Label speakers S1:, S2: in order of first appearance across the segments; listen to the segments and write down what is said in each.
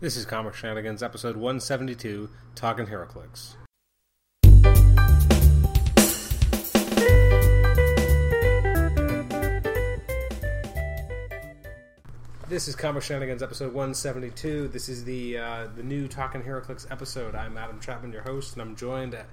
S1: This is Comic Shenanigans, episode 172, Talking Heroclix. This is Comic Shenanigans, episode 172. This is the uh, the new Talking Heroclix episode. I'm Adam Chapman, your host, and I'm joined, at,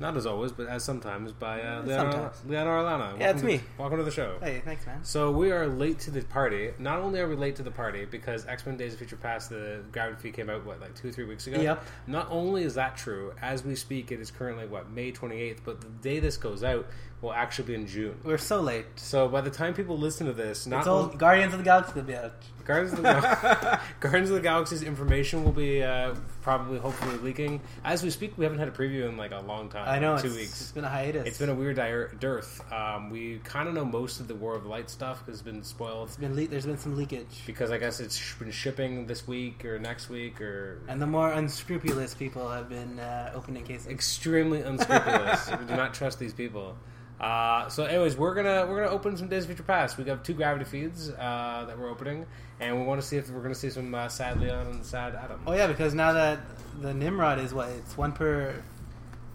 S1: not as always, but as sometimes, by uh, Leonardo
S2: Mm, Sometimes.
S1: Leonardo Arlano.
S2: Yeah,
S1: Welcome
S2: it's
S1: to-
S2: me.
S1: Welcome to the show.
S2: Hey, thanks, man.
S1: So we are late to the party. Not only are we late to the party because X Men Days of Future Past, the Gravity Feed came out what like two or three weeks ago.
S2: Yep.
S1: Not only is that true, as we speak, it is currently what May twenty eighth. But the day this goes out will actually be in June.
S2: We're so late.
S1: So by the time people listen to this, not
S2: It's all
S1: only-
S2: Guardians of the Galaxy will be out.
S1: Guardians of the Gal- Guardians of the Galaxy's information will be uh, probably hopefully leaking as we speak. We haven't had a preview in like a long time.
S2: I know.
S1: two
S2: it's,
S1: weeks.
S2: It's been a hiatus.
S1: It's been a weird dire- dearth. Um, we kind of know most of the War of Light stuff because it's been spoiled
S2: It's been le- there's been some leakage,
S1: because I guess it's sh- been shipping this week or next week or
S2: and the more unscrupulous people have been uh, opening cases.
S1: extremely unscrupulous. we do not trust these people. Uh, so, anyways, we're gonna we're gonna open some Days of Future Past. We got two gravity feeds uh, that we're opening, and we want to see if we're gonna see some uh, sad Leon and sad Adam.
S2: Oh yeah, because now that the Nimrod is what it's one per.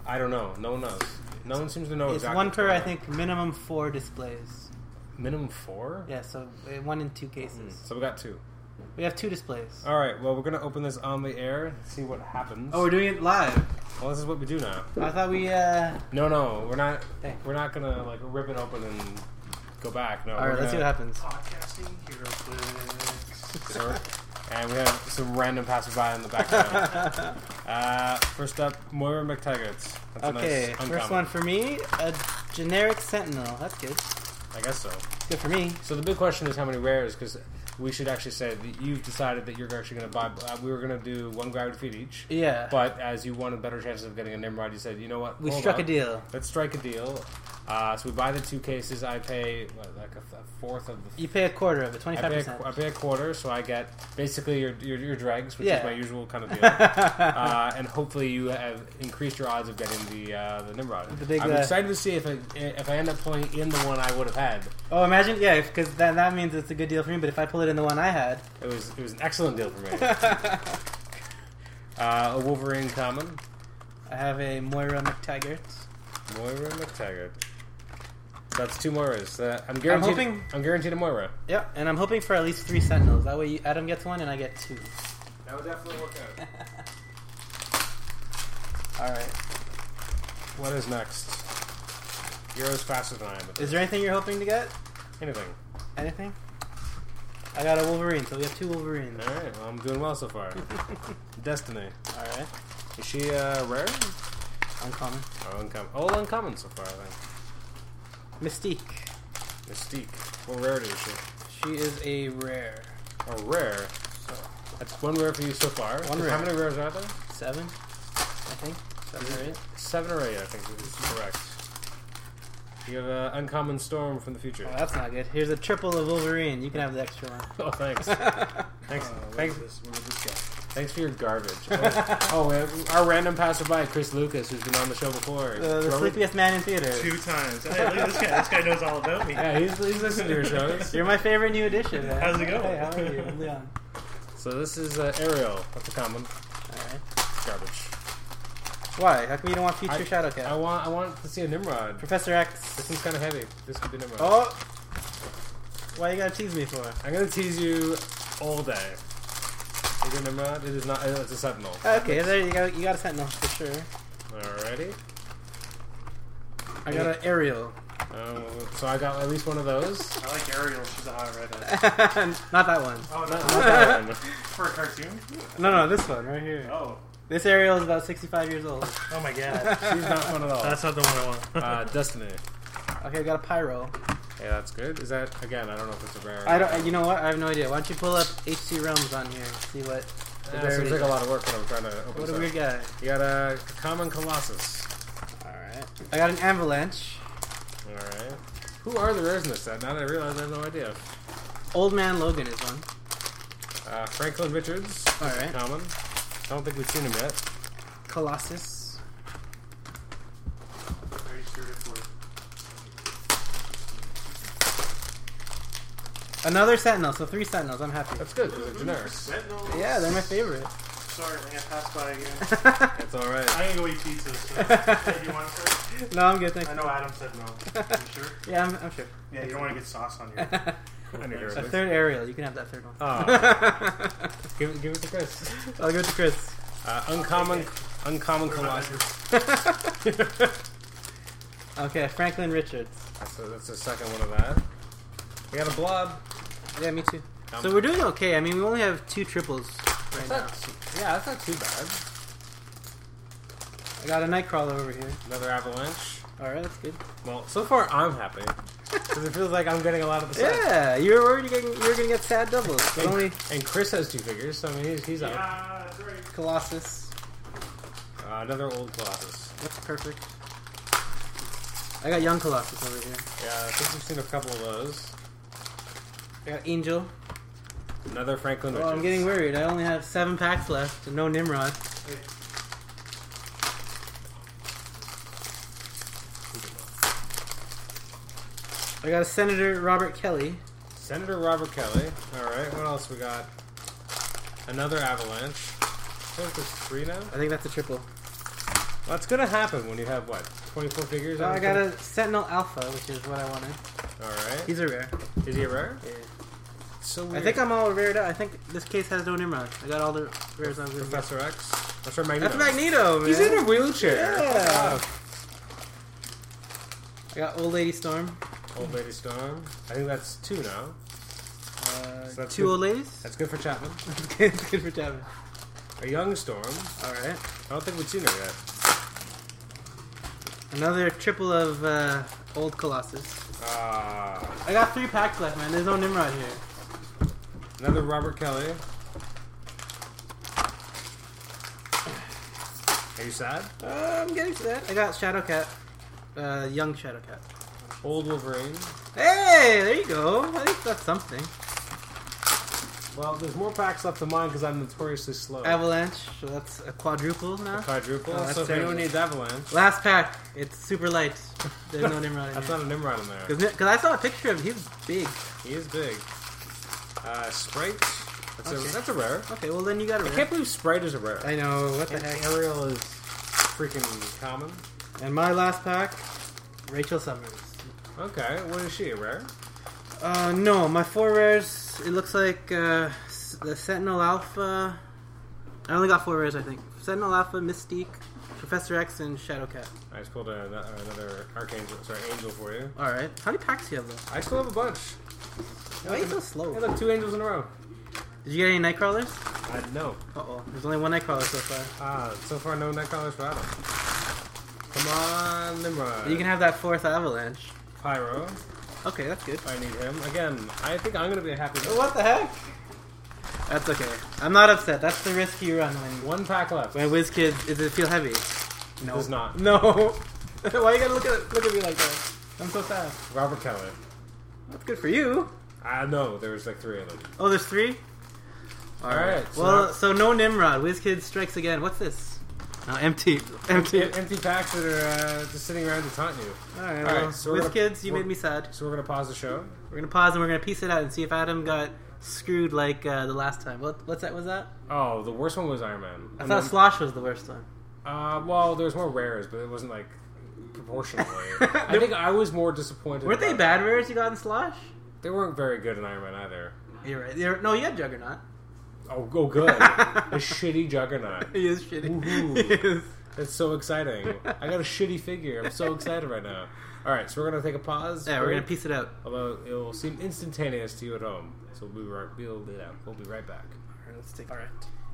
S1: I don't know. No one knows. No one seems to know.
S2: It's
S1: Oh, exactly
S2: one
S1: what's
S2: per.
S1: going
S2: I
S1: on.
S2: think minimum four displays.
S1: minimum four.
S2: Yeah, so uh, one in two cases.
S1: So we got two.
S2: We have two displays.
S1: Hmm. All right. Well, we're gonna open this on the air. See what happens.
S2: Oh, we're doing it live.
S1: well, this is what we do now.
S2: I thought we. Uh...
S1: No, no, we're not.
S2: Hey.
S1: We're not gonna like rip it open and go back. No.
S2: All right, let's see what happens.
S3: Podcasting Hero Clicks.
S1: happens. and we have some random passerby in the background. uh, first up, Moira McTaggart. That's a
S2: Okay,
S1: nice
S2: first
S1: uncommon.
S2: one for me. A generic Sentinel. That's good.
S1: I guess so.
S2: Good for me.
S1: So the big question is how many rares, because we should actually say that you've decided that you're actually going to buy. Uh, we were going to do one gravity feed each,
S2: Yeah.
S1: but as you wanted better chances of getting a Nimrod, you said, you know what?
S2: we
S1: hold
S2: struck
S1: on.
S2: a deal.
S1: Let's strike a deal. Uh, so we buy the two cases. I pay what, like a, a fourth of the
S2: You pay a quarter of it,
S1: I
S2: twenty-five
S1: pay, a, I
S2: percent.
S1: pay a quarter, so I get basically your your, your dregs, which is
S2: Yeah.
S1: my usual kind of deal. uh, and hopefully, you have increased your odds of getting the uh, the Nimrod.
S2: The big,
S1: I'm
S2: uh,
S1: excited to see if I, if I end up playing in the one I would have had.
S2: Oh, imagine, yeah, because then that means it's a good deal for me. But if I pull it in the one I had,
S1: It was it was an excellent deal for me. uh, a Wolverine common,
S2: I have a Moira McTaggart.
S1: Moira McTaggart. That's two Moiras. Uh, I'm guaranteed.
S2: hoping-
S1: I'm guaranteed a Moira.
S2: Yep, and I'm hoping for at least three Sentinels. That way, you, Adam gets one, and I get two.
S1: That would definitely work out.
S2: All right.
S1: what is next? You're as fast as I am. With
S2: Is there anything you're hoping to get?
S1: anything?
S2: Anything? I got a Wolverine, so we have two Wolverines.
S1: All right, well, I'm doing well so far. Destiny.
S2: All right.
S1: Is she uh, rare?
S2: Uncommon.
S1: Oh, uncommon. All uncommon so far, I think.
S2: Mystique.
S1: Mystique. What rarity is she?
S2: She is a rare.
S1: Or rare.
S2: So
S1: That's one rare for you so far.
S2: One
S1: How
S2: rare.
S1: many rares are there?
S2: seven, I think. Seven or eight.
S1: Seven or eight, I think is correct. You have an uncommon storm from the future.
S2: Oh, that's not good. Here's a triple of Wolverine. You can have the extra one. Uh,
S1: Oh, thanks. thanks.
S2: Oh,
S1: thanks.
S3: this? Where did this go?
S1: Thanks for your garbage. Oh, oh, and our random passerby, Chris Lucas, who's been on the show before.
S2: Uh, the
S1: Throw-
S2: sleepiest man in theater.
S3: Two times. Hey, look at this guy. This guy knows all about me.
S1: Yeah, he's, he's listened to your shows.
S2: You're my favorite new addition. Man.
S3: How's it going?
S2: Hey, how are you, I'm Leon?
S1: So this is uh, Ariel. That's a common.
S2: All right.
S1: Garbage.
S2: Why? How come you don't want future
S1: I-
S2: Shadowcat?
S1: I want I want to see a Nimrod.
S2: Professor X.
S1: This seems kind of heavy. This could be Nimrod.
S2: Oh, why you gotta tease me for?
S1: I'm gonna tease you all day. Is it Nimrod? It is not. It's a Sentinel.
S2: Okay, there you go. You got a Sentinel for sure.
S1: Alrighty.
S2: I got an Ariel.
S1: Um, so I got at least one of those.
S3: I like Ariel. She's a hot redhead.
S2: Not that one.
S3: Oh,
S1: Not,
S3: no.
S1: not that one.
S3: For a cartoon?
S2: No, no, this one right here.
S3: Oh.
S2: This Ariel is about 65 years old.
S3: Oh my god.
S1: She's not one at all.
S3: That's not the one I want.
S1: Uh, Destiny.
S2: Okay, I got a Pyro.
S1: Yeah, that's good. Is that again? I don't know if it's a rare.
S2: I don't. You know what? I have no idea. Why don't you pull up HC Realms on here? See what. the
S1: That
S2: rarity
S1: seems like a
S2: is.
S1: lot of work when I'm trying to open
S2: What a
S1: this
S2: weird
S1: up.
S2: guy.
S1: You got a common Colossus.
S2: All right. I got an Avalanche.
S1: All right. Who are the rares in this set? Now that I realize, I have no idea.
S2: Old Man Logan is one.
S1: Uh, Franklin Richards.
S2: All right.
S1: Common. I don't think we've seen him yet.
S2: Colossus.
S3: Very suited for it.
S2: Another Sentinel, so three Sentinels. I'm happy.
S1: That's good because they're generic.
S3: Sentinels.
S2: Yeah, they're my favorite.
S3: Sorry, I got passed by again.
S1: That's all right.
S3: I gotta go eat pizza. So. Hey, you want it?
S2: no, I'm good. Thanks.
S3: I know Adam said no. You sure?
S2: Yeah, I'm, I'm sure.
S3: Yeah, you don't want to get sauce on your.
S1: I knew you were
S2: A
S1: good.
S2: third aerial. You can have that third
S3: Oh.
S2: one.
S1: Aw. Ah. give, it- give it to Chris.
S2: I'll give it to Chris.
S1: Uh, uncommon, uncommon colossus.
S2: Okay, Franklin Richards.
S1: So that's the second one of that. We got a blob.
S2: Yeah, me too.
S1: Um,
S2: So we're doing okay. I mean, we only have two triples right
S1: That's
S2: now.
S1: not too, yeah, that's not too bad.
S2: I got a Nightcrawler over here.
S1: Another avalanche.
S2: All right, that's good.
S1: Well, so far I'm happy because it feels like I'm getting a lot of the sets.
S2: Yeah, you're already getting you're gonna get sad doubles, but
S1: And,
S2: only
S1: and Chris has two figures, so I mean he's, he's out.
S3: yeah, that's right.
S2: Colossus.
S1: Uh, another old colossus.
S2: That's perfect. I got young Colossus over here.
S1: Yeah, I think we've seen a couple of those.
S2: I got Angel.
S1: Another Franklin.
S2: Well, I'm
S1: Richards.
S2: getting worried. I only have seven packs left and no Nimrod. I got a Senator Robert Kelly.
S1: Senator Robert Kelly. All right, what else we got? Another avalanche. I think there's three now.
S2: I think that's a triple.
S1: That's gonna happen when you have what 24 figures.
S2: So
S1: on
S2: I
S1: the
S2: got
S1: thing?
S2: a Sentinel Alpha, which is what I wanted.
S1: All right.
S2: These are rare.
S1: Is he a rare? So
S2: I
S1: weird.
S2: think I'm all rared out. I think this case has no Nimrod. I got all the rares I was going
S1: Professor X. That's our Magneto.
S2: That's Magneto, man.
S1: He's in a wheelchair.
S2: Yeah.
S1: Wow.
S2: I got Old Lady Storm.
S1: Old Lady Storm. I think that's two now.
S2: Uh,
S1: So that's
S2: two
S1: good.
S2: old ladies.
S1: That's good for Chapman.
S2: good for Tavin.
S1: A young Storm.
S2: All right.
S1: I don't think we've seen her yet.
S2: Another triple of uh, old Colossus.
S1: Ah,
S2: I got three packs left, man. There's no Nimrod here.
S1: another Robert Kelly. Are you sad?
S2: Uh, I'm getting to that. I got Shadow Cat. Uh, young Shadow Cat.
S1: Old Wolverine.
S2: Hey, there you go. I think that's something.
S1: Well, there's more packs left than mine because I'm notoriously slow.
S2: Oh. Avalanche. So that's a quadruple now.
S1: Quadruple.
S2: Oh, that's
S1: so if anyone
S2: terrible.
S1: needs Avalanche,
S2: Last pack. It's super light. There's no Nimrod in
S1: that's
S2: here.
S1: not a Nimrod in there.
S2: Because I saw a picture of him. He's big.
S1: He is big. Uh, Sprite. That's,
S2: Okay.
S1: a, that's a rare.
S2: Okay, well then you got
S1: I
S2: it.
S1: can't believe Sprite is a rare.
S2: I know. What the
S1: And
S2: heck?
S1: Ariel is freaking common.
S2: And my last pack, Rachel Summers.
S1: Okay, what is she, a rare?
S2: Uh, no, my four rares. It looks like uh, S- the Sentinel Alpha. I only got four rares, I think. Sentinel Alpha, Mystique, Professor X, and Shadowcat.
S1: I just pulled a, another Archangel, sorry, Angel for you.
S2: All right. How many packs do you have left?
S1: I still have a bunch.
S2: Why are you so
S1: Hey,
S2: slow?
S1: look, two angels in a row.
S2: Did you get any Nightcrawlers?
S1: I know.
S2: Uh oh. There's only one Nightcrawler so far.
S1: Ah, so far no Nightcrawlers for Adam. Come on, Nimrod.
S2: You can have that fourth Avalanche.
S1: Pyro.
S2: Okay, that's good.
S1: I need him. Again, I think I'm gonna be a happy guy.
S2: Oh, What the heck? That's okay. I'm not upset. That's the risk you run when
S1: One pack left.
S2: when WizKids. Does it feel heavy?
S1: no. Does not.
S2: No. Why you gotta look at look at me like that? I'm so sad.
S1: Robert Kelly.
S2: That's good for you.
S1: I know, there was like three of them.
S2: Oh, there's three. All
S1: right, so
S2: well,
S1: now-
S2: so no Nimrod. WizKid strikes again. What's this? No, empty. Empty.
S1: Em- empty packs that are uh, just sitting around to taunt you.
S2: All right.
S1: All
S2: Well,
S1: right, so we're gonna-
S2: WizKids, you
S1: we're-
S2: made me sad.
S1: So we're gonna pause the show.
S2: We're gonna pause and we're gonna piece it out and see if Adam got screwed like uh, the last time. What? What's that? Was that?
S1: Oh, the worst one was Iron Man.
S2: I
S1: And
S2: thought
S1: then-
S2: Slosh was the worst one.
S1: Uh, well, there was more rares, but it wasn't like proportionally. I think I was more disappointed.
S2: Weren't they
S1: about-
S2: bad rares you got in Slosh?
S1: They weren't very good in Iron Man either.
S2: You're right. You're, no, you had Juggernaut.
S1: Oh, go good. a shitty Juggernaut.
S2: He is shitty.
S1: Woohoo.
S2: He is.
S1: That's so exciting. I got a shitty figure. I'm so excited right now. All right, so we're gonna take a pause.
S2: Yeah, we're gonna piece it out.
S1: Although it will seem instantaneous to you at home, so we'll be right. We'll be, yeah, we'll be right back.
S2: All right, let's take. All right.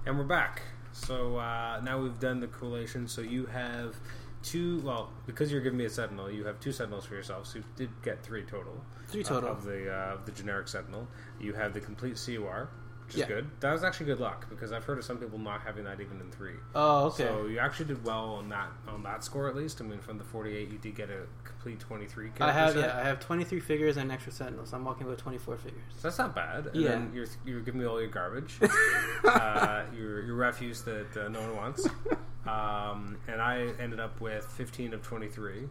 S1: And we're back. So uh, now we've done the collation. So you have two. Well, because you're giving me a sentinel, you have two sentinels for yourself. So you did get three total.
S2: Three
S1: uh,
S2: total.
S1: of the uh, of the generic sentinel. You have the complete CUR, which is
S2: Yeah.
S1: good. That was actually good luck because I've heard of some people not having that even in three.
S2: Oh, okay.
S1: So you actually did well on that on that score at least. I mean, from the 48, you did get a complete 23.
S2: I
S1: character
S2: have
S1: set.
S2: yeah, I have 23 figures and extra sentinels. I'm walking with 24 figures.
S1: So that's not bad. And
S2: Yeah.
S1: then you're, you're giving me all your garbage, uh, your, your refuse that uh, no one wants. Um, and I ended up with 15 of 23.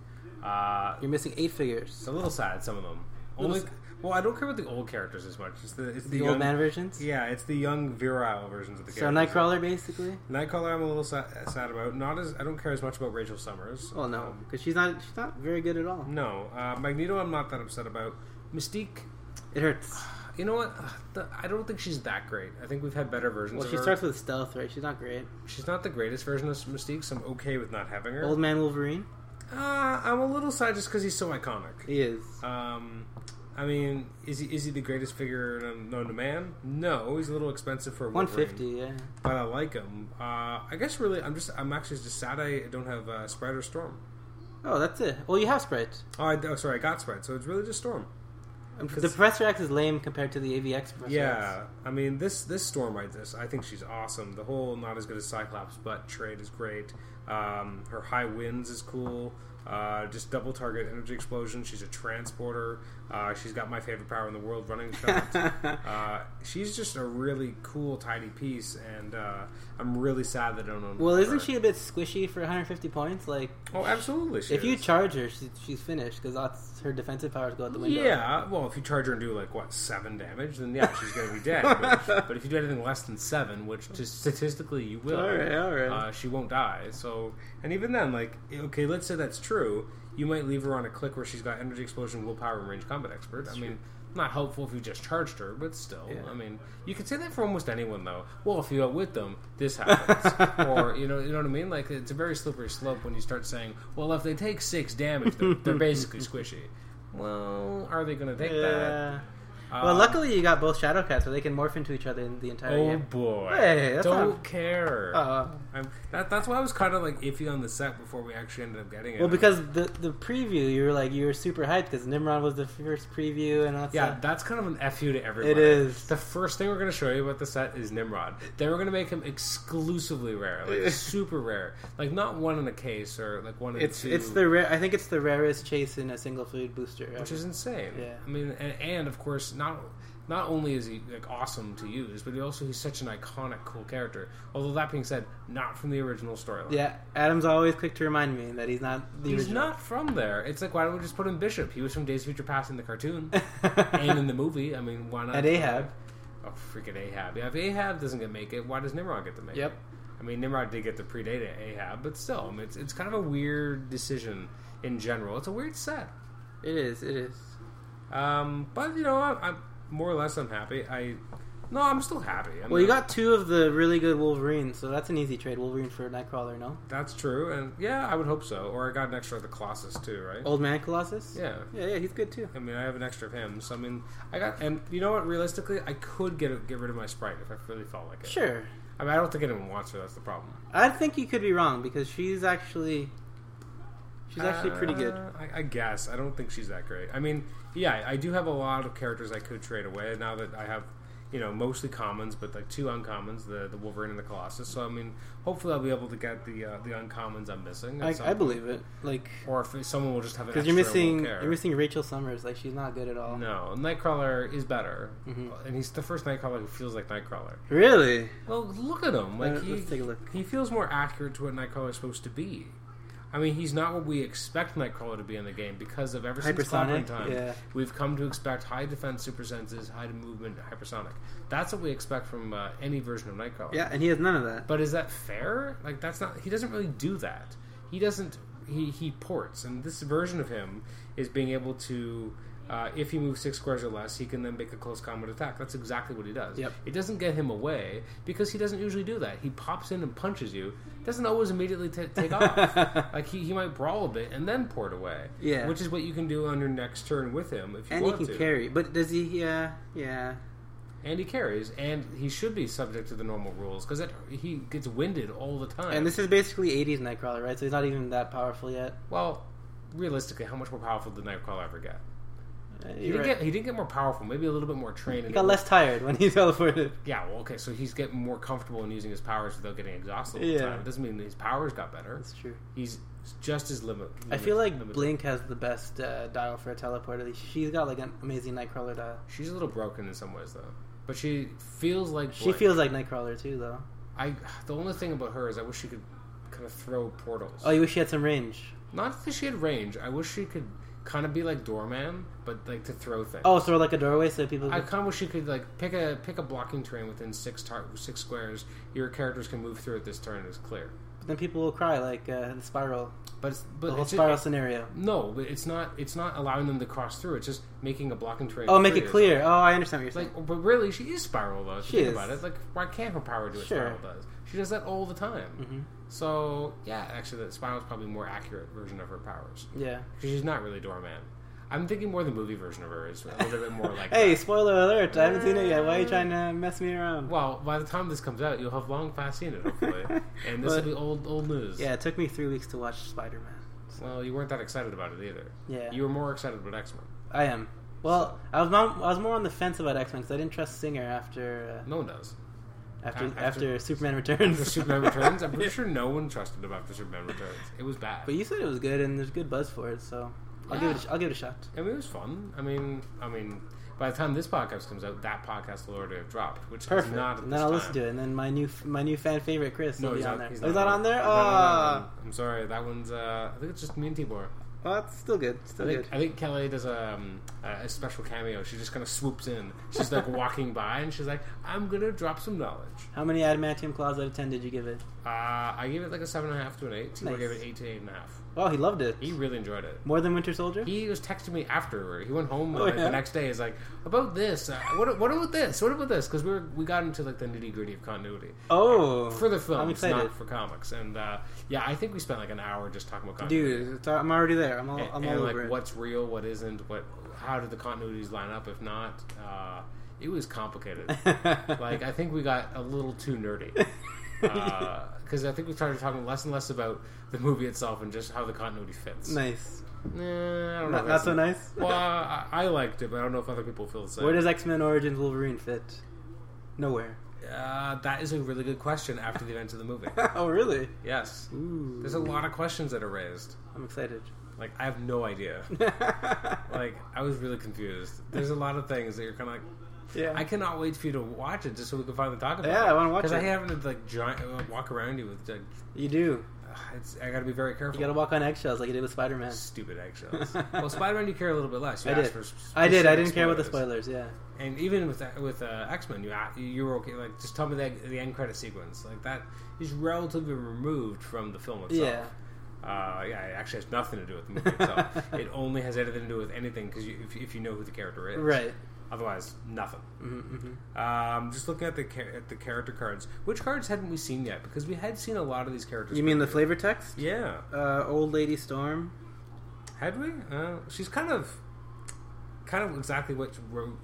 S1: Uh,
S2: You're missing eight
S1: it's
S2: figures.
S1: a little sad, some of them. Only, well, I don't care about the old characters as much. It's the it's the,
S2: The old
S1: young-
S2: man versions.
S1: Yeah, it's the young virile versions of the
S2: So
S1: characters.
S2: Nightcrawler, basically.
S1: Nightcrawler, I'm a little sad, sad about. Not as I don't care as much about Rachel Summers.
S2: Well, no, because she's not she's not very good at all.
S1: No, uh, Magneto, I'm not that upset about. Mystique,
S2: It hurts.
S1: you know what? Ugh, the- I don't think she's that great. I think we've had better versions.
S2: Well,
S1: of
S2: she
S1: her.
S2: starts with stealth, right? She's not great.
S1: She's not the greatest version of Mystique, so I'm okay with not having her.
S2: Old Man Wolverine.
S1: Uh, I'm a little sad just because he's so iconic.
S2: He is.
S1: Um, I mean, is he is he the greatest figure known to man? No, he's a little expensive for a
S2: One
S1: Wolverine,
S2: fifty. Yeah.
S1: But I like him. Uh, I guess really, I'm just I'm actually just sad I don't have uh, Sprite or Storm.
S2: Oh, that's it. Well, you have Sprite.
S1: Oh, I, oh, sorry, I got Sprite, so it's really just Storm.
S2: Um, The
S1: 'Cause-
S2: Professor X is lame compared to the AVX Professor X.
S1: Yeah, I mean this this Storm right this I think she's awesome. The whole not as good as Cyclops, but trade is great. Um, her high winds is cool. Uh, just double target energy explosion. She's a transporter. Uh, she's got my favorite power in the world, running shot. uh, she's just a really cool, tidy piece, and uh, I'm really sad that I don't own.
S2: Well,
S1: her.
S2: isn't she a bit squishy for 150 points? Like,
S1: Oh, absolutely. She
S2: if you
S1: is.
S2: charge her, she, she's finished because that's her defensive powers go out the window.
S1: Yeah, well, if you charge her and do like what seven damage, then yeah, she's gonna be dead. but, but if you do anything less than seven, which just statistically you will,
S2: All right, all right.
S1: uh, she won't die. So, and even then, like, okay, let's say that's true. You might leave her on a click where she's got energy explosion, willpower, and range combat expert. I mean, not helpful if you just charged her, but still,
S2: Yeah.
S1: I mean, you could say that for almost anyone though. Well, if you go with them, this happens, or you know, you know what I mean. Like, it's a very slippery slope when you start saying, well, if they take six damage, they're, they're basically squishy. Well, are they going to take that?
S2: Yeah. well,
S1: Um,
S2: luckily you got both Shadowcats, so they can morph into each other in the entire
S1: Oh
S2: game.
S1: boy!
S2: Hey, that's
S1: Don't
S2: not-
S1: care.
S2: Uh,
S1: I'm, that, that's why I was kind of like iffy on the set before we actually ended up getting it.
S2: well, because the the preview, you were like you were super hyped because Nimrod was the first preview, and all that
S1: yeah,
S2: stuff.
S1: that's kind of an fu to everybody.
S2: it is.
S1: The first thing we're going to show you about the set is Nimrod. Then we're going to make him exclusively rare, like super rare, like not one in a case or like one in
S2: It's
S1: two.
S2: it's the rare. I think it's the rarest chase in a single food booster.
S1: which is insane.
S2: Yeah.
S1: I mean, and, and of course, not not only is he like awesome to use, but he also he's such an iconic, cool character. Although that being said, not from the original storyline.
S2: yeah. Adam's always quick to remind me that he's not the
S1: He's
S2: original.
S1: not from there. It's like why don't we just put him Bishop? He was from Days of Future Past in the cartoon and in the movie. I mean, why not?
S2: At Ahab.
S1: Oh, freaking Ahab! Yeah, if Ahab doesn't get make it, why does Nimrod get to make
S2: Yep.
S1: it? I mean, Nimrod did get to predate Ahab, but still, I mean, it's it's kind of a weird decision in general. It's a weird set.
S2: It is. It is.
S1: Um, but you know, I'm, I'm more or less I'm happy. I no, I'm still happy. I'm
S2: Well, you
S1: not-
S2: got two of the really good Wolverines, so that's an easy trade. Wolverine for Nightcrawler, no?
S1: that's true, and yeah, I would hope so. Or I got an extra of the Colossus too, right?
S2: Old Man Colossus.
S1: Yeah.
S2: Yeah, yeah, he's good too.
S1: I mean, I have an extra of him. So I mean, I got and you know what? Realistically, I could get get rid of my sprite if I really felt like it.
S2: Sure.
S1: I mean, I don't think anyone wants her. That's the problem.
S2: I think you could be wrong because she's actually she's actually pretty
S1: Uh,
S2: good.
S1: I, I guess. I don't think she's that great. I mean, yeah, I do have a lot of characters I could trade away now that I have, you know, mostly commons, but like two uncommons, the the Wolverine and the Colossus. So I mean, hopefully I'll be able to get the uh, the uncommons I'm missing. at
S2: I,
S1: some
S2: I
S1: point.
S2: believe it. Like
S1: Or if someone will just have an
S2: because
S1: extra,
S2: you're
S1: I won't
S2: missing
S1: care.
S2: you're missing Rachel Summers. Like she's not good at all.
S1: No, Nightcrawler is better,
S2: Mhm.
S1: and he's the first Nightcrawler who feels like Nightcrawler.
S2: Really?
S1: Well, look at him. Like
S2: Uh,
S1: he,
S2: let's take a look.
S1: he feels more accurate to what Nightcrawler is supposed to be. I mean, he's not what we expect Nightcrawler to be in the game because of ever since Clobbering
S2: Hypersonic.
S1: Time.
S2: Yeah.
S1: We've come to expect high defense, super senses, high movement, hypersonic. That's what we expect from uh, any version of Nightcrawler.
S2: Yeah, and he has none of that.
S1: But is that fair? Like that's not. He doesn't really do that. He doesn't. He he ports, and this version of him is being able to. Uh, if he moves six squares or less, he can then make a close combat attack. That's exactly what he does.
S2: Yep.
S1: It doesn't get him away because he doesn't usually do that. He pops in and punches you. Doesn't always immediately ta take off. Like he, he might brawl a bit and then port away.
S2: Yeah.
S1: Which is what you can do on your next turn with him if you
S2: and he
S1: want
S2: can
S1: to.
S2: carry. But does he? Yeah, yeah.
S1: and he carries, and he should be subject to the normal rules because he gets winded all the time.
S2: And this is basically 80s Nightcrawler, right? So he's not even that powerful yet.
S1: Well, realistically, how much more powerful did Nightcrawler ever get?
S2: Uh,
S1: He
S2: You're
S1: didn't
S2: right.
S1: get, he didn't get more powerful. Maybe a little bit more trained.
S2: he
S1: and-
S2: got less tired when he teleported.
S1: Yeah, well, okay, so he's getting more comfortable in using his powers without getting exhausted all
S2: Yeah.
S1: the time. It doesn't mean his powers got better.
S2: That's true.
S1: He's just as limit.
S2: I feel like
S1: limited.
S2: Blink has the best uh, dial for a teleporter. She's got like an amazing Nightcrawler dial.
S1: she's a little broken in some ways though, but she feels like
S2: She
S1: Blink.
S2: feels like Nightcrawler too, though.
S1: I the only thing about her is I wish she could kind of throw portals.
S2: Oh, you wish she had some range.
S1: Not that she had range. I wish she could kind of be like doorman, but like to throw things.
S2: Oh, so like a doorway so people.
S1: I kind of wish you could like pick a pick a blocking terrain within six tar- six squares. Your characters can move through it. This turn is clear,
S2: then people will cry like uh, the spiral,
S1: but it's, but
S2: the whole
S1: it's
S2: spiral scenario.
S1: no, but it's not. It's not allowing them to cross through. It's just making a blocking terrain.
S2: Oh, make it clear. Oh, I understand what you're saying.
S1: Like, but really, she is spiral though. If
S2: She
S1: you think
S2: is.
S1: about it. Like, why can't her power do what
S2: Sure. Mm-hmm.
S1: spiral does? She does that all the time. So yeah, actually, that spiral's probably a more accurate version of her powers.
S2: yeah.
S1: 'Cause She's not really doorman. I'm thinking more the movie version of her is a little bit more like.
S2: Hey, spoiler alert! I haven't seen it yet. Why are you trying to mess me around?
S1: Well, by the time this comes out, you'll have long past seen it, hopefully, and this
S2: But-
S1: will be old old news.
S2: Yeah, it took me three weeks to watch Spider Man.
S1: Well, you weren't that excited about it either.
S2: Yeah,
S1: You were more excited about X Men.
S2: I am. Well, I was mom, I was more on the fence about X Men because I didn't trust Singer after uh,
S1: No one does.
S2: after,
S1: after-
S2: after Superman
S1: After
S2: Returns.
S1: Superman Returns, I'm pretty sure no one trusted him after Superman Returns. It was bad.
S2: But you said it was good, and there's good buzz for it, so I'll give it. A, sh- I'll give it a shot.
S1: I mean, it was fun. I mean, I mean, by the time this podcast comes out, that podcast will already have dropped, which
S2: Perfect.
S1: is not. At
S2: and
S1: this
S2: then I'll
S1: time.
S2: listen to it, and then my new my new fan favorite Chris
S1: No,
S2: will
S1: he's
S2: be on
S1: not,
S2: there.
S1: He's
S2: Oh, he's not on there.
S1: He's not on
S2: Oh,
S1: that one. I'm sorry. That one's. Uh, I think it's just me and Tibor.
S2: well, it's Oh, still good. It's
S1: I
S2: Still
S1: think,
S2: good.
S1: I think Kelly does um, a, a special cameo. She just kind of swoops in. She's like walking by, and she's like, "I'm gonna drop some knowledge."
S2: How many adamantium claws out of ten did you give it?
S1: Uh, I gave it like a seven and a half to an eight. Tibor
S2: Nice.
S1: gave it eight to eight and a half.
S2: Wow, Oh, he loved it.
S1: He really enjoyed it.
S2: More than Winter Soldier.
S1: He was texting me afterward. He went home
S2: Oh,
S1: like,
S2: yeah?
S1: the next day. He's like, "About this? Uh, what? What about this? What about this?" Because we were, we got into like the nitty gritty of continuity
S2: oh,
S1: for the film,
S2: I'm
S1: it's
S2: excited,
S1: not for comics. And uh, yeah, I think we spent like an hour just talking about continuity.
S2: dude. it's- I'm already there. I'm all,
S1: and,
S2: I'm
S1: and,
S2: all
S1: like
S2: over it.
S1: what's real, what isn't, what how did the continuities line up? If not, uh, it was complicated. like I think we got a little too nerdy. Because I think we started talking less and less about the movie itself and just how the continuity fits.
S2: nice.
S1: Nah, I don't know.
S2: Not, not so
S1: That's-
S2: nice.
S1: well, I, I liked it, but I don't know if other people feel the same.
S2: Where does X Men Origins Wolverine fit? Nowhere.
S1: uh, that is a really good question after the events of the movie.
S2: oh, really?
S1: yes.
S2: Ooh,
S1: There's a lot of questions that are raised.
S2: I'm excited.
S1: Like, I have no idea. Like, I was really confused. There's a lot of things that you're kind of like,
S2: yeah.
S1: I cannot wait for you to watch it just so we can finally talk about it.
S2: Yeah, I wanna watch
S1: Because
S2: it.
S1: I haven't, like, giant, uh, walk around you with, like,
S2: you do.
S1: ugh, it's, I gotta be very careful.
S2: You gotta walk on eggshells like you did with Spider Man.
S1: Stupid eggshells. well, Spider Man, you care a little bit less. You
S2: I
S1: asked
S2: did.
S1: For s-
S2: I did. I
S1: specific
S2: didn't care about the
S1: spoilers.
S2: spoilers. Yeah.
S1: And even with that, with uh, X Men, you a- you were okay. Like, just tell me the, the end credit sequence. Like that is relatively removed from the film
S2: Yeah.
S1: itself. Uh, yeah, it actually has nothing to do with the movie itself. it only has anything to do with anything because you, if, if you know who the character is,
S2: Right. Mm-hmm,
S1: Otherwise, nothing. Um, just looking at the cha- at the character cards. Which cards hadn't we seen yet? Because we had seen a lot of these characters.
S2: You mean the
S1: previously.
S2: flavor text?
S1: Yeah,
S2: Uh, Old Lady Storm.
S1: had we? Uh, she's kind of, kind of exactly what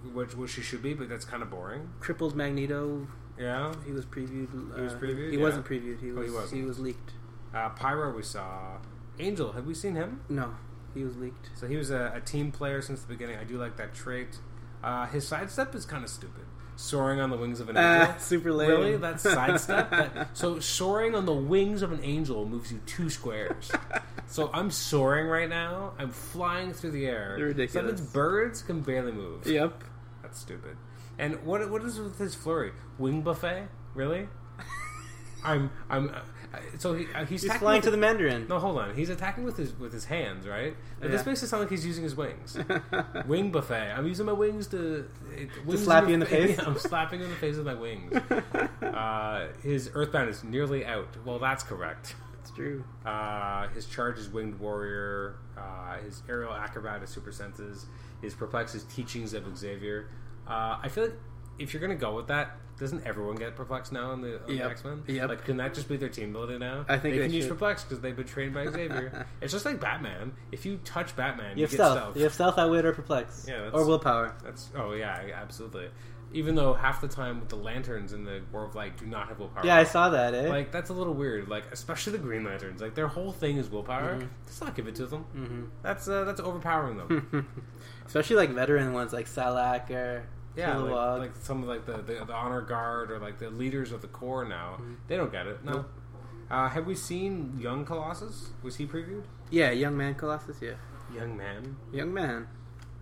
S1: what what she should be, but that's kind of boring.
S2: Crippled Magneto.
S1: Yeah.
S2: He was previewed. Uh,
S1: was previewed,
S2: He
S1: yeah.
S2: wasn't previewed. He
S1: Oh, he
S2: was.
S1: wasn't.
S2: he was leaked.
S1: Uh, Pyro, we saw. Angel, have we seen him?
S2: No, he was leaked.
S1: So he was a, a team player since the beginning. I do like that trait. Uh, his sidestep is kind of stupid. Soaring on the wings of an
S2: Ah,
S1: angel.
S2: super lame.
S1: Really? That's sidestep? That- so soaring on the wings of an angel moves you two squares. so I'm soaring right now. I'm flying through the air.
S2: You're ridiculous.
S1: That means birds can barely move.
S2: Yep.
S1: That's stupid. And what what is with his flurry? Wing buffet? Really? I'm I'm uh, so he, uh, he's
S2: He's
S1: tacking
S2: flying
S1: with-
S2: to the Mandarin.
S1: no, hold on. He's attacking with his with his hands, right? But this
S2: Yeah.
S1: makes it sound like he's using his wings. Wing buffet. I'm using my wings to, it, wings
S2: slap
S1: in
S2: you in the face?
S1: Yeah, I'm slapping you in the face with my wings. uh, his earthbound is nearly out. Well, that's correct.
S2: It's true.
S1: Uh, his charge is winged warrior. Uh, his aerial acrobat is super senses. His perplex is teachings of Xavier. Uh, I feel like if you're gonna go with that, doesn't everyone get perplexed now in the, on
S2: Yep.
S1: the X Men?
S2: Yep.
S1: Like, can that just be their team building now?
S2: I think
S1: they,
S2: they
S1: can use
S2: should.
S1: perplex because they've been trained by Xavier. it's just like Batman. If you touch Batman,
S2: You
S1: you,
S2: have
S1: get
S2: stealth.
S1: stealth.
S2: You have stealth, outwit, or perplex.
S1: Yeah, that's-
S2: or willpower.
S1: That's oh yeah, yeah, absolutely. Even though half the time with the lanterns in the War of Light do not have willpower.
S2: Yeah, I saw that. Eh.
S1: Like that's a little weird. Like especially the Green Lanterns. Like their whole thing is willpower.
S2: Mm-hmm.
S1: Let's not give it to them. Mm-hmm. That's uh, that's overpowering
S2: Hmm.
S1: them.
S2: Especially like veteran ones like Salak or
S1: yeah,
S2: Kilowog.
S1: like, like some of like the, the the honor guard or like the leaders of the corps now.
S2: Mm-hmm.
S1: They don't get it. No. Uh, have we seen Young Colossus? Was he previewed?
S2: yeah, young man Colossus. Yeah,
S1: Young man.
S2: young man.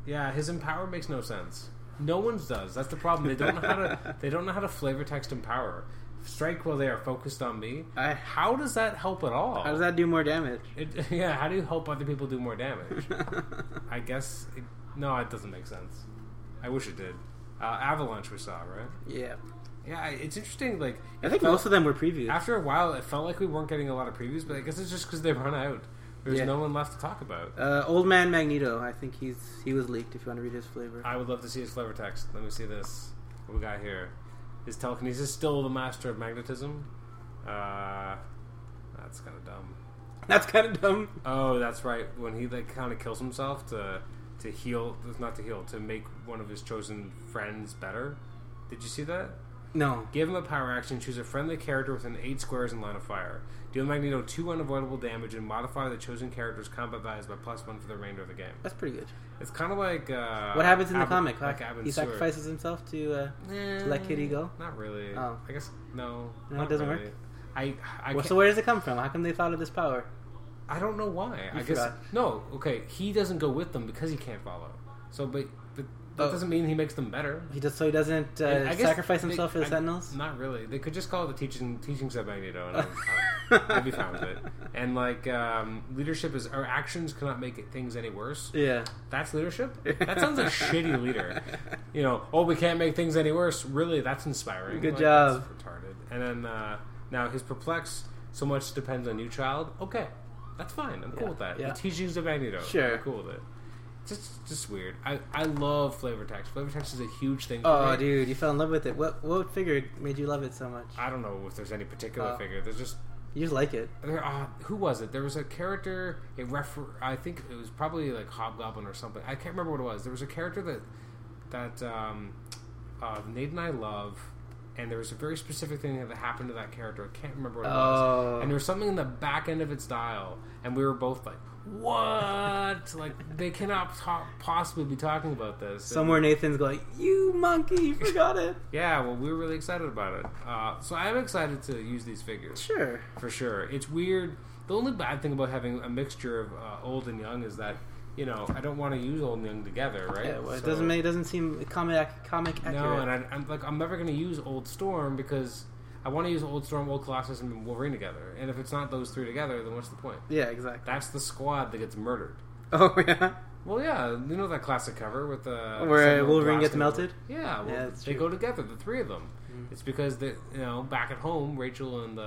S1: Yeah, his empower makes no sense. No one's does. That's the problem. They don't know how to. They don't know how to flavor text empower. strike while they are focused on me.
S2: I,
S1: How does that help at all?
S2: how does that do more damage?
S1: It, yeah, how do you help other people do more damage? I guess it, no, it doesn't make sense. I wish it did. Uh, Avalanche we saw, right?
S2: yeah.
S1: Yeah, I- it's interesting. Like
S2: I think most of them were previews.
S1: after a while, it felt like we weren't getting a lot of previews, but I guess it's just because they run out. There's
S2: Yeah.
S1: no one left to talk about.
S2: Uh, Old Man Magneto. I think he's he was leaked. If you want to read his flavor,
S1: I would love to see his flavor text. Let me see this. What we got here? Is telekinesis still the master of magnetism? Uh, that's kind of dumb.
S2: that's kind of dumb.
S1: Oh, that's right. When he like kind of kills himself to to heal, not to heal, to make one of his chosen friends better. Did you see that?
S2: No,
S1: Give him a power action. Choose a friendly character within eight squares in line of fire. Deal Magneto two unavoidable damage and modify the chosen character's combat values by plus one for the remainder of the game.
S2: that's pretty good.
S1: It's kind of like uh,
S2: What happens in the
S1: Ab-
S2: comic? Huh?
S1: Like Ab and
S2: he
S1: Sword.
S2: sacrifices himself to. Uh,
S1: Eh,
S2: let Kitty go?
S1: Not really.
S2: Oh.
S1: I guess no.
S2: No, it
S1: not
S2: doesn't
S1: really. I I,
S2: well,
S1: can't-
S2: so where does it come from? How come they thought of this power?
S1: I don't know why. I guess
S2: forgot.
S1: no. Okay, he doesn't go with them because he can't follow. So, but, but that
S2: Oh.
S1: doesn't mean he makes them better.
S2: He just so he doesn't
S1: And
S2: uh,
S1: I guess
S2: sacrifice
S1: they-
S2: himself for the
S1: I-
S2: Sentinels.
S1: Not really. They could just call it the teaching teachings of Magneto, and I'd- I'd be fine with it. And like um, leadership is, our actions cannot make it, things any worse.
S2: Yeah.
S1: That's leadership. That sounds like shitty leader. You know, oh, we can't make things any worse. Really, that's inspiring.
S2: Good
S1: Like,
S2: job.
S1: That's retarded. And then uh, now his perplex. So much depends on you, child. Okay, that's fine. I'm
S2: Yeah,
S1: cool with that.
S2: yeah.
S1: The teachings of Magneto.
S2: Sure.
S1: I'm cool with it. It's Just, just weird. I, I love flavor text. Flavor text is a huge thing. For
S2: Oh,
S1: me.
S2: dude, you fell in love with it. What what figure made you love it so much?
S1: I don't know if there's any particular
S2: Oh.
S1: figure. There's just
S2: You just like it.
S1: there, uh, who was it? There was a character. It refer. I think it was probably like Hobgoblin or something. I can't remember what it was. There was a character that that um, uh, Nate and I love, and there was a very specific thing that happened to that character. I can't remember what it
S2: Oh.
S1: was. And there was something in the back end of its dial, and we were both like, "What? like they cannot ta- possibly be talking about this." And-
S2: Somewhere Nathan's going, you monkey, you forgot it.
S1: yeah, well, we were really excited about it. Uh, so I'm excited to use these figures.
S2: Sure.
S1: for sure. It's weird. The only bad thing about having a mixture of uh, old and young is that you know I don't want to use old and young together, right?
S2: Yeah, well, it
S1: So-
S2: doesn't make, it doesn't seem comic ac- comic accurate.
S1: no, and I, I'm like I'm never going to use old Storm because I want to use old Storm, old Colossus, and Wolverine together. And if it's not those three together, then what's the point?
S2: yeah, exactly.
S1: That's the squad that gets murdered.
S2: Oh yeah,
S1: Well, yeah, you know that classic cover with the
S2: Where, uh,
S1: Sentinel
S2: Wolverine gets
S1: blasting-
S2: melted?
S1: Yeah, well,
S2: Yeah, that's
S1: they
S2: true.
S1: go
S2: Mm.
S1: together, the three of them. It's because they, you know, back at home, Rachel and the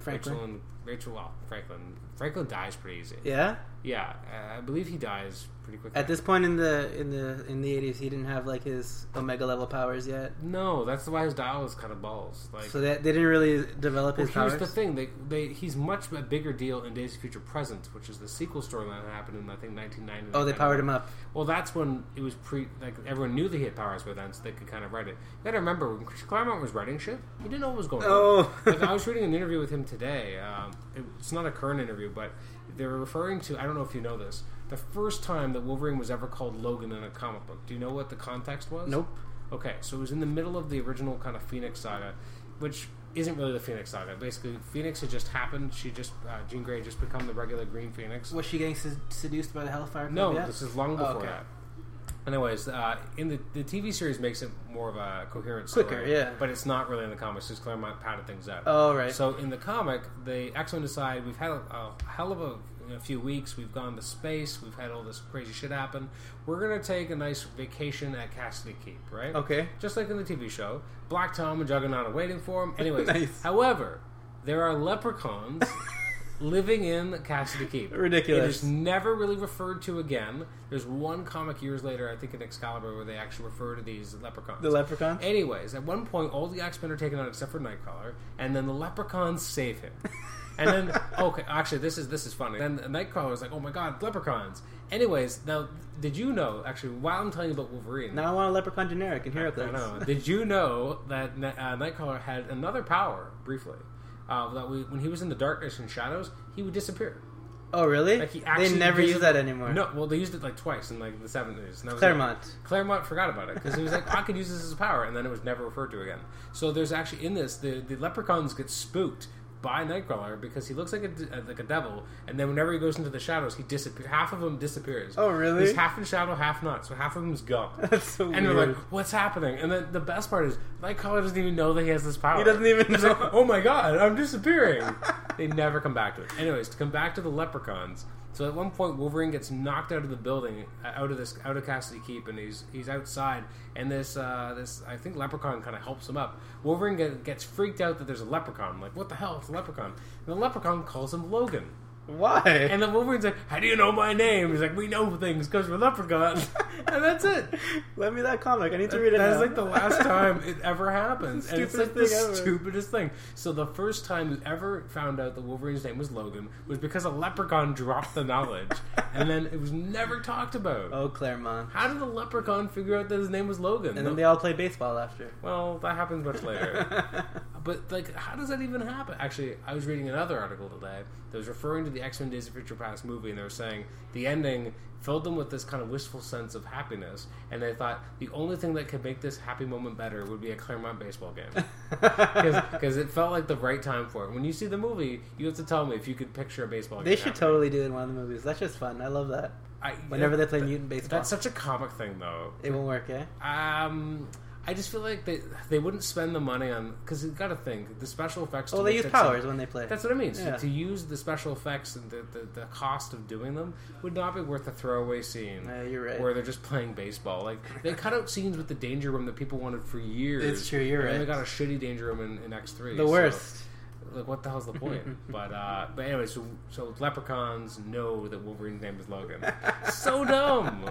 S1: Rachel
S2: Franklin.
S1: and Rachel, well, Franklin. Franklin dies pretty easy.
S2: Yeah.
S1: Yeah, uh, I believe he dies pretty quickly.
S2: At this point in the in the in the eighties, he didn't have like his omega level powers yet,
S1: no, that's why his dial is kind of balls. Like,
S2: so that they didn't really develop
S1: well,
S2: his powers.
S1: here's the thing: they, they, he's much a bigger deal in Days of Future Present, which is the sequel storyline that happened in I think 1990.
S2: oh, they powered him up.
S1: Well, that's when it was pre like everyone knew that he had powers by then, so they could kind of write it. You got to remember when Chris Claremont was writing shit, he didn't know what was going on.
S2: Oh.
S1: like, I was reading an interview with him today. Um, it- it's not a current interview, but they were referring to. I don't know if you know this. The first time that Wolverine was ever called Logan in a comic book. Do you know what the context was?
S2: Nope.
S1: Okay, so it was in the middle of the original kind of Phoenix saga, which isn't really the Phoenix saga. Basically, Phoenix had just happened. She just uh, Jean Grey had just become the regular Green Phoenix.
S2: Was she getting sed- seduced by the Hellfire? Club
S1: No,
S2: yet?
S1: this is long before
S2: okay.
S1: that. Anyways, uh, in the the TV series makes it more of a coherent
S2: Quicker,
S1: story,
S2: yeah.
S1: But it's not really in the comics. Just Claremont padded things out.
S2: Oh right.
S1: So in the comic, the X Men decide we've had a, a hell of a, a few weeks. We've gone to space. We've had all this crazy shit happen. We're gonna take a nice vacation at Cassidy Keep, right?
S2: okay.
S1: Just like in the TV show, Black Tom and Juggernaut are waiting for him. Anyways,
S2: Nice.
S1: however, there are leprechauns living in Cassidy Keep. It
S2: Ridiculous.
S1: is never really referred to again. There's one comic years later, I think in Excalibur, where they actually refer to these leprechauns.
S2: The leprechaun.
S1: Anyways, at one point, all the X Men are taken out except for Nightcrawler, and then the leprechauns save him. And then, okay, actually, this is this is funny. Then Nightcrawler's like, "Oh my God, leprechauns!" Anyways, now did you know? Actually, while I'm telling you about Wolverine,
S2: Now I want a leprechaun generic in Heracles.
S1: I know. Did you know that N- uh, Nightcrawler had another power briefly? Uh, that we, when he was in the darkness and shadows, he would disappear.
S2: Oh really?
S1: Like he actually
S2: they never
S1: used
S2: use
S1: it-
S2: that anymore.
S1: No, well, they used it like twice in like the seventies. and that was it.
S2: Claremont.
S1: Claremont forgot about it because he was like, "I could use this as a power," and then it was never referred to again. So there's actually in this the the leprechauns get spooked by Nightcrawler because he looks like a d- uh, like a devil, and then whenever he goes into the shadows, he disappears. Half of him disappears.
S2: Oh, really?
S1: He's half in shadow, half not. So half of him's gone.
S2: That's so
S1: and they're
S2: weird.
S1: like, "What's happening?" And then the best part is Nightcrawler doesn't even know that he has this power.
S2: He doesn't even
S1: He's
S2: know.
S1: like, "Oh my god, I'm disappearing." they never come back to it. Anyways, to come back to the leprechauns. So at one point, Wolverine gets knocked out of the building, uh, out of this, out of Cassidy Keep, and he's he's outside. And this uh, this I think leprechaun kind of helps him up. Wolverine get, gets freaked out that there's a leprechaun. Like, what the hell? It's a leprechaun. And the leprechaun calls him Logan.
S2: Why?
S1: And then Wolverine's like, "How do you know my name?" He's like, "We know things because we're leprechauns," and that's it.
S2: Let me that comic. I need to read it.
S1: That is
S2: now.
S1: like the last time it ever happens. and it's like the
S2: Stupidest thing ever.
S1: stupidest thing. So the first time you ever found out that Wolverine's name was Logan was because a leprechaun dropped the knowledge. and then it was never talked about.
S2: oh, Claremont.
S1: How did the leprechaun figure out that his name was Logan?
S2: And then they all play baseball after.
S1: well, that happens much later. But like, how does that even happen? Actually, I was reading another article today that was referring to the X Men Days of Future Past movie, and they were saying the ending filled them with this kind of wistful sense of happiness, and they thought the only thing that could make this happy moment better would be a Claremont baseball game because it felt like the right time for it. When you see the movie, you have to tell me if you could picture a baseball game.
S2: they should totally do it in one of the movies. That's just fun. I love that.
S1: happening. I-
S2: Whenever they play
S1: that-
S2: mutant baseball,
S1: That's such a comic thing, though.
S2: it won't work, eh?
S1: Um, I just feel like they they wouldn't spend the money on because you got to think the special effects. to
S2: Well, they
S1: make
S2: use
S1: that
S2: powers
S1: sound-
S2: when they play.
S1: That's what I mean. So
S2: Yeah.
S1: to use the special effects and the, the, the cost of doing them would not be worth a throwaway scene
S2: Yeah, you're right.
S1: where they're just playing baseball. Like they cut out scenes with the danger room that people wanted for years.
S2: It's true, you're
S1: and then
S2: right.
S1: They got a shitty danger room in, in X three.
S2: The worst.
S1: like what the hell's the point? but uh, but anyway, so so leprechauns know that Wolverine's name is Logan. so dumb.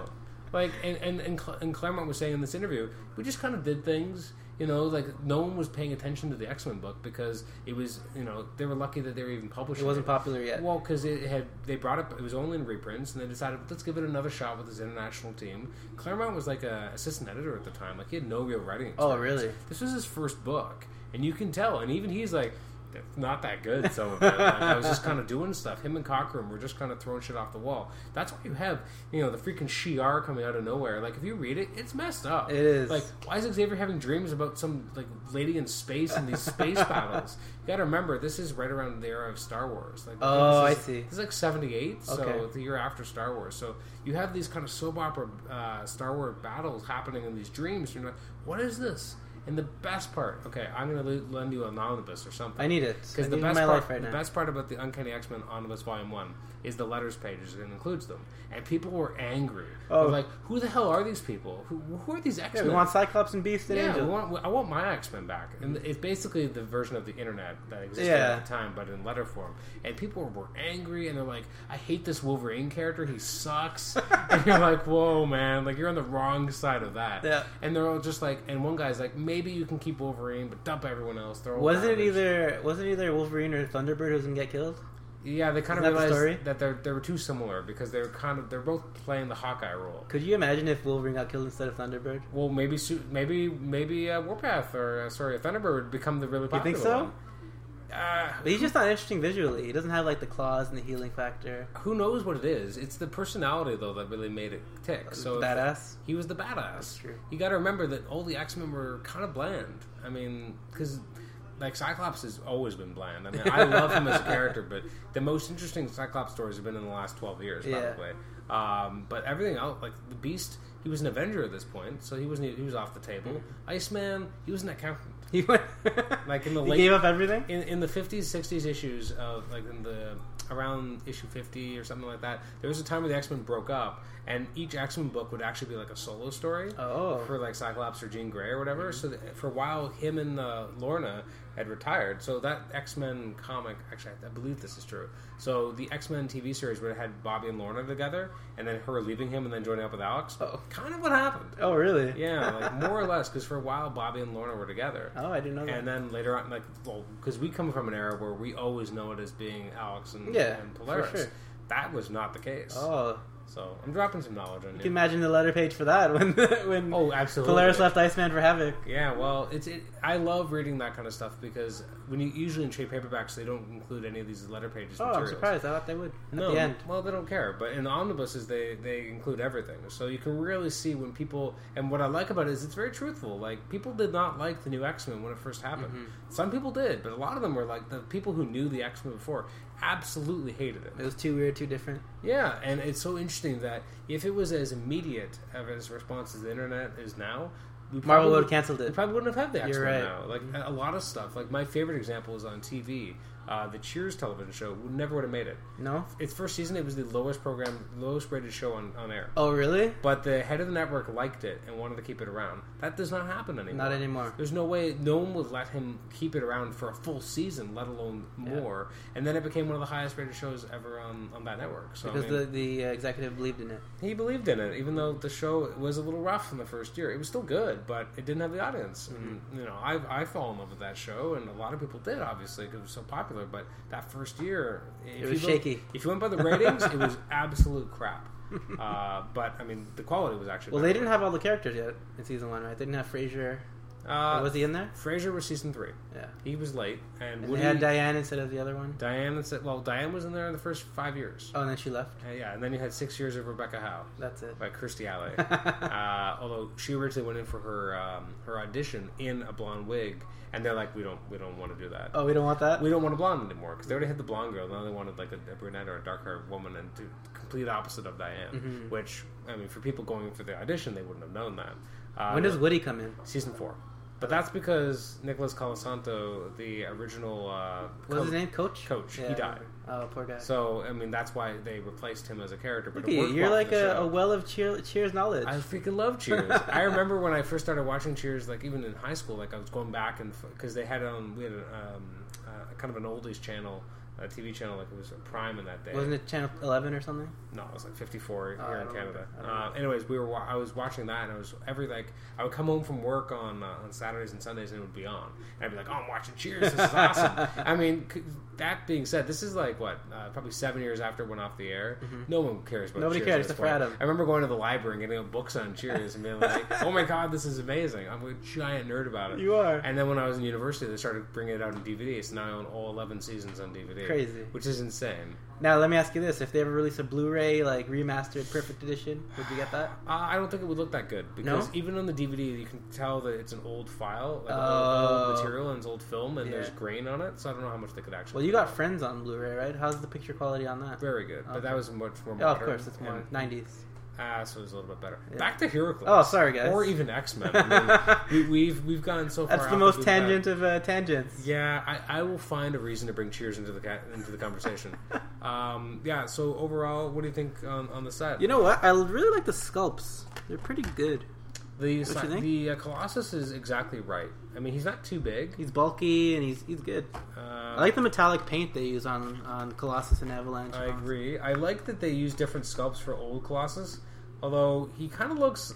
S1: Like and and and, Cl- and Claremont was saying in this interview, we just kind of did things. You know, like no one was paying attention to the X Men book because it was, you know, they were lucky that they were even publishing.
S2: It wasn't popular yet.
S1: Well, because it had they brought up it was only in reprints, and they decided let's give it another shot with this international team. Claremont was like a assistant editor at the time; like he had no real writing.
S2: Oh,
S1: experience.
S2: really?
S1: This was his first book, and you can tell. And even he's like, "That's not that good." Some of it. Like, I was just kind of doing stuff. Him and Cochran were just kind of throwing shit off the wall. That's why you have you know the freaking Shi'ar coming out of nowhere. Like if you read it, it's messed up.
S2: It is.
S1: Like why is Xavier having dreams about some like lady in space and these space battles? You got to remember, this is right around the era of Star Wars. Like,
S2: Oh,
S1: this
S2: I
S1: is-
S2: see.
S1: This is like '78, so
S2: Okay.
S1: the year after Star Wars. So you have these kind of soap opera uh, Star Wars battles happening in these dreams. You're like, what is this? And the best part, okay, I'm gonna le- lend you an omnibus or something.
S2: I need it. I
S1: Because the
S2: need
S1: best
S2: my
S1: part,
S2: life right
S1: the
S2: now.
S1: best part about the Uncanny X Men Omnibus Volume One is the letters pages and includes them, and people were angry. They're
S2: Oh.
S1: like who the hell are these people? Who, who are these X
S2: Yeah,
S1: Men?
S2: we want Cyclops and Beast and
S1: yeah,
S2: Angel.
S1: we want, I want my X Men back, and it's basically the version of the internet that existed
S2: Yeah.
S1: at the time, but in letter form. And people were angry, and they're like, "I hate this Wolverine character. He sucks." and you're like, "Whoa, man! Like you're on the wrong side of that."
S2: Yeah.
S1: And they're all just like, and one guy's like, "Maybe you can keep Wolverine, but dump everyone else." They're all
S2: wasn't it
S1: garbage."
S2: either? Wasn't it either Wolverine or Thunderbird who was gonna get killed?
S1: Yeah, they kind of
S2: Isn't that the
S1: realized
S2: story?
S1: that they're they were too similar because they're kind of they're both playing the Hawkeye role.
S2: Could you imagine if Wolverine got killed instead of Thunderbird?
S1: Well, maybe Su- maybe maybe uh, Warpath or uh, sorry, Thunderbird would become the really
S2: You
S1: popular.
S2: think so?
S1: one. Uh,
S2: But he's just not interesting visually. He doesn't have like the claws and the healing factor.
S1: who knows what it is? It's the personality though that really made it tick. So if-
S2: Badass.
S1: he was the badass.
S2: Uh, true.
S1: You got to remember that all the X Men were kind of bland. I mean, because like Cyclops has always been bland. I mean, I love him as a character, but the most interesting Cyclops stories have been in the last twelve years,
S2: Yeah.
S1: probably. Um, but everything else, like the Beast, he was an Avenger at this point, so he wasn't. He was off the table. Iceman, he was an accountant.
S2: He went.
S1: Like in the
S2: Mm-hmm. he
S1: late
S2: gave up everything.
S1: in, in the 50s 60s issues of like in the around issue 50 or something like that there was a time where the x-men broke up and each x-men book would actually be like a solo story
S2: Oh. Mm-hmm.
S1: for like cyclops or jean gray or whatever so that, for a while him and uh, lorna had retired so that x-men comic actually I, I believe this is true so the x-men tv series would have had bobby and lorna together and then her leaving him and then joining up with alex
S2: Oh.
S1: kind of what happened
S2: Oh really?
S1: yeah like more or less because for a while bobby and lorna were together
S2: Oh, I didn't know that.
S1: and then later on, like, well, because we come from an era where we always know it as being Alex and,
S2: Yeah,
S1: and
S2: for
S1: Polaris.
S2: sure.
S1: That was not the case.
S2: oh,
S1: So I'm dropping some knowledge on
S2: you
S1: you.
S2: can imagine the letter page for that when when
S1: oh, absolutely.
S2: Polaris left Iceman for Havoc.
S1: Yeah, well, it's it, I love reading that kind of stuff because when you usually in trade paperbacks they don't include any of these letter pages.
S2: Oh, I'm
S1: materials.
S2: surprised. I thought they would. At
S1: No,
S2: the end.
S1: well, they don't care. But in the omnibuses, they they include everything, so you can really see when people. And what I like about it is it's very truthful. Like people did not like the new X Men when it first happened.
S2: Mm-hmm.
S1: Some people did, but a lot of them were like the people who knew the X Men before absolutely hated it.
S2: It was too weird, too different.
S1: Yeah, and it's so interesting that if it was as immediate of as response as the internet is now, we
S2: Marvel
S1: probably-
S2: would have canceled
S1: we
S2: it.
S1: probably wouldn't have had the X Men
S2: You're right. Mm-hmm.
S1: now. Like a a lot of stuff. Like my favorite example is on TV. Uh, the Cheers television show would never would have made it.
S2: No?
S1: Its first season, it was the lowest program, lowest rated show on, on air.
S2: Oh, really?
S1: But the head of the network liked it and wanted to keep it around. That does not happen anymore.
S2: Not anymore.
S1: There's no way no one would let him keep it around for a full season, let alone
S2: Yeah.
S1: more. And then it became one of the highest rated shows ever on, on that network. So I
S2: Because
S1: mean-
S2: the, the uh, executive believed in it.
S1: he believed in it, even though the show was a little rough in the first year. It was still good, but it didn't have the audience.
S2: Mm-hmm.
S1: And you know, I I fall in love with that show, and a lot of people did, obviously, because it was so popular. But that first year, if
S2: was
S1: you look-
S2: shaky.
S1: If you went by the ratings, it was absolute crap. Uh, but I mean, the quality was actually
S2: Well,
S1: better.
S2: they didn't have all the characters yet in season one, right? They didn't have Frasier.
S1: Uh,
S2: was he in there?
S1: Frasier was season three.
S2: Yeah.
S1: He was late, and,
S2: And
S1: Woody,
S2: they had Diane instead of the other one.
S1: Diane. and- Well, Diane was in there in the first five years.
S2: Oh, and then she left.
S1: Uh, yeah, and then you had six years of Rebecca Howe.
S2: That's it.
S1: by Kirstie Alley. uh, although she originally went in for her um, her audition in a blonde wig, and they're like, we don't we don't want to do that.
S2: Oh, we don't want that?
S1: We don't want a blonde anymore because they already had the blonde girl. Now they wanted like a, a brunette or a dark haired woman, and do complete opposite of Diane.
S2: Mm-hmm.
S1: Which I mean, for people going for the audition, they wouldn't have known that. Uh,
S2: when does Woody come in?
S1: season four? But that's because Nicholas Colasanto, the original uh,
S2: What was
S1: coach-
S2: his name? Coach?
S1: Coach.
S2: Yeah,
S1: he
S2: I
S1: died.
S2: remember. Oh, poor guy.
S1: So I mean, that's why they replaced him as a character. But
S2: Look
S1: it
S2: at you.
S1: worked well
S2: You're
S1: for
S2: like
S1: the
S2: a,
S1: show.
S2: a well of cheer, Cheers knowledge.
S1: I freaking love Cheers. I remember when I first started watching Cheers, like even in high school, like I was going back and because they had um we had a, um uh, kind of an oldies channel, a TV channel like it was Prime in that day.
S2: Wasn't it Channel 11 or something?
S1: No, it was like 54
S2: Oh, I
S1: here in
S2: don't
S1: Canada.
S2: remember. I
S1: Uh, anyways, we were wa- I was watching that, and I was every like I would come home from work on uh, on Saturdays and Sundays, and it would be on. And I'd be like, "Oh, I'm watching Cheers. This is awesome." I mean, c- that being said, this is like what uh, probably seven years after it went off the air. No one cares about
S2: Mm-hmm. Nobody
S1: Cheers
S2: cares
S1: at this
S2: except for
S1: point.
S2: Adam.
S1: I remember going to the library and getting books on Cheers and being like, "Oh my god, this is amazing! I'm a giant nerd about it."
S2: You are.
S1: And then when I was in university, they started bringing it out in DVD. So now I own all 11 seasons on DVD.
S2: Crazy.
S1: which is insane.
S2: Now, let me ask you this. If they ever release a Blu ray, like remastered perfect edition, would you get that?
S1: Uh, I don't think it would look that good because
S2: No?
S1: even on the DVD, you can tell that it's an old file, like
S2: Oh.
S1: old, old material, and it's old film, and
S2: Yeah.
S1: there's grain on it. So I don't know how much they could actually.
S2: Well, you got Friends on Blu ray, right? How's the picture quality on that?
S1: very good, but
S2: Okay.
S1: that was much more.
S2: Oh,
S1: Modern
S2: of course, it's more
S1: and-
S2: 90s.
S1: Ah, so it was a little bit better.
S2: Yeah.
S1: Back to Heracles.
S2: Oh, sorry, guys.
S1: Or even X Men. I mean, we, we've we've gone so far.
S2: That's
S1: out
S2: the most
S1: we've gone.
S2: tangent of uh, tangents.
S1: Yeah, I, I will find a reason to bring Cheers into the ca- into the conversation. um, yeah. So overall, what do you think on, on the set?
S2: You know what? I really like the sculpts. They're pretty good.
S1: the
S2: what you think?
S1: the uh, Colossus is exactly right. I mean, he's not too big.
S2: He's bulky and he's he's good.
S1: Uh,
S2: I like the metallic paint they use on on Colossus and Avalanche.
S1: I agree. I like that they use different sculpts for old Colossus, although he kind of looks,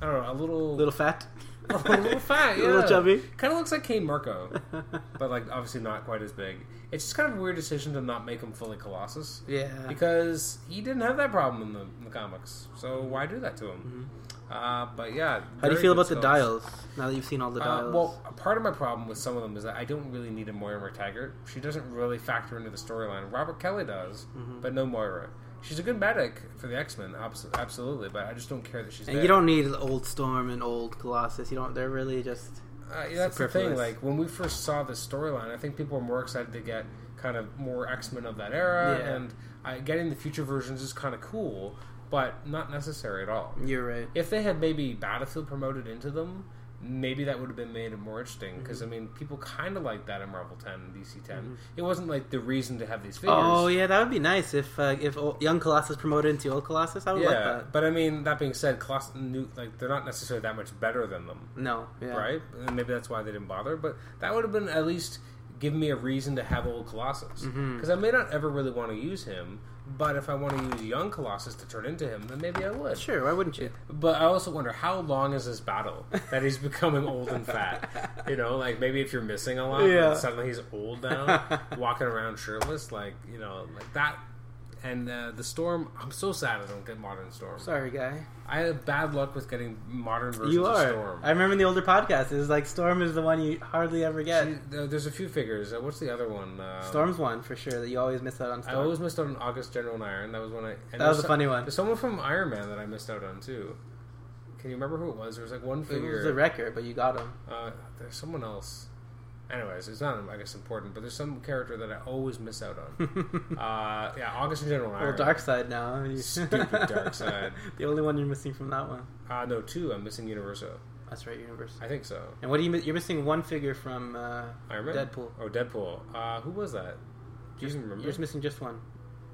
S1: I don't know, a little,
S2: A little fat.
S1: a little fat, yeah.
S2: A little chubby.
S1: Kind of looks like Kane Marco, but like obviously not quite as big. It's just kind of a weird decision to not make him fully Colossus
S2: Yeah.
S1: because he didn't have that problem in the, in the comics. So why do that to him? Uh, but yeah,
S2: Mm-hmm. How do you
S1: very
S2: feel
S1: good
S2: about the
S1: sculpts.
S2: dials? Now that you've seen all the
S1: Uh,
S2: dials.
S1: well, part of my problem with some of them is that I don't really need a Moira McTaggart. She doesn't really factor into the storyline. Robert Kelly does,
S2: Mm-hmm.
S1: but no Moira. She's a good medic for the X Men, absolutely, but I just don't care that she's.
S2: and
S1: there.
S2: you don't need old Storm and old Colossus. You don't. They're really just.
S1: Uh, yeah, that's the thing.
S2: Superfluous.
S1: Like when we first saw the storyline, I think people were more excited to get kind of more X Men of that era,
S2: Yeah.
S1: and uh, getting the future versions is kind of cool, but not necessary at all.
S2: You're right.
S1: If they had maybe Battlefield promoted into them, maybe that would have been made more interesting.
S2: Mm-hmm.
S1: Because I mean, people kind of like that in Marvel Ten and DC 10 It wasn't like the reason to have these figures.
S2: Oh yeah, that would be nice if uh, if old, young Colossus promoted into old Colossus. I would
S1: yeah.
S2: like that.
S1: But I mean, that being said, Colossus, new, like they're not necessarily that much better than them,
S2: No. Yeah.
S1: right? And maybe that's why they didn't bother. But that would have been at least give me a reason to have old Colossus. Because
S2: Mm-hmm.
S1: I may not ever really want to use him, but if I want to use young Colossus to turn into him, then maybe I would.
S2: Sure. Why wouldn't you?
S1: But I also wonder how long is this battle that he's becoming old and fat? You know, like maybe if you're missing a lot,
S2: Yeah.
S1: and suddenly he's old now, walking around shirtless, like you know, like that. and uh, the Storm. I'm so sad I don't get Modern Storm.
S2: Sorry, guy.
S1: I have bad luck with getting Modern versions
S2: You
S1: of
S2: are.
S1: Storm.
S2: I remember in the older podcast, it was like Storm is the one you hardly ever get.
S1: She- uh, there's a few figures. Uh, what's the other one? Um,
S2: Storm's one for sure that you always miss out on.
S1: I
S2: Storm.
S1: always missed out on August General and Iron. That was when I. And
S2: that was
S1: there's
S2: a funny one.
S1: There's someone from Iron Man that I missed out on too. Can you remember who it was? There was like one
S2: It
S1: figure.
S2: was a record, but you got him.
S1: Uh, there's someone else. Anyways, it's not I guess important, but there's some character that I always miss out on. uh, yeah, August and General
S2: Well,
S1: Iron.
S2: Dark Side now.
S1: Stupid Darkseid.
S2: the only one you're missing from that one.
S1: Uh, no, two. I'm missing Universo.
S2: That's right, Universe.
S1: I think so.
S2: And what are you? mi- You're missing one figure from uh,
S1: Iron Man.
S2: Deadpool.
S1: Oh, Deadpool. Uh, who was that? Do you even remember?
S2: You're just missing just one.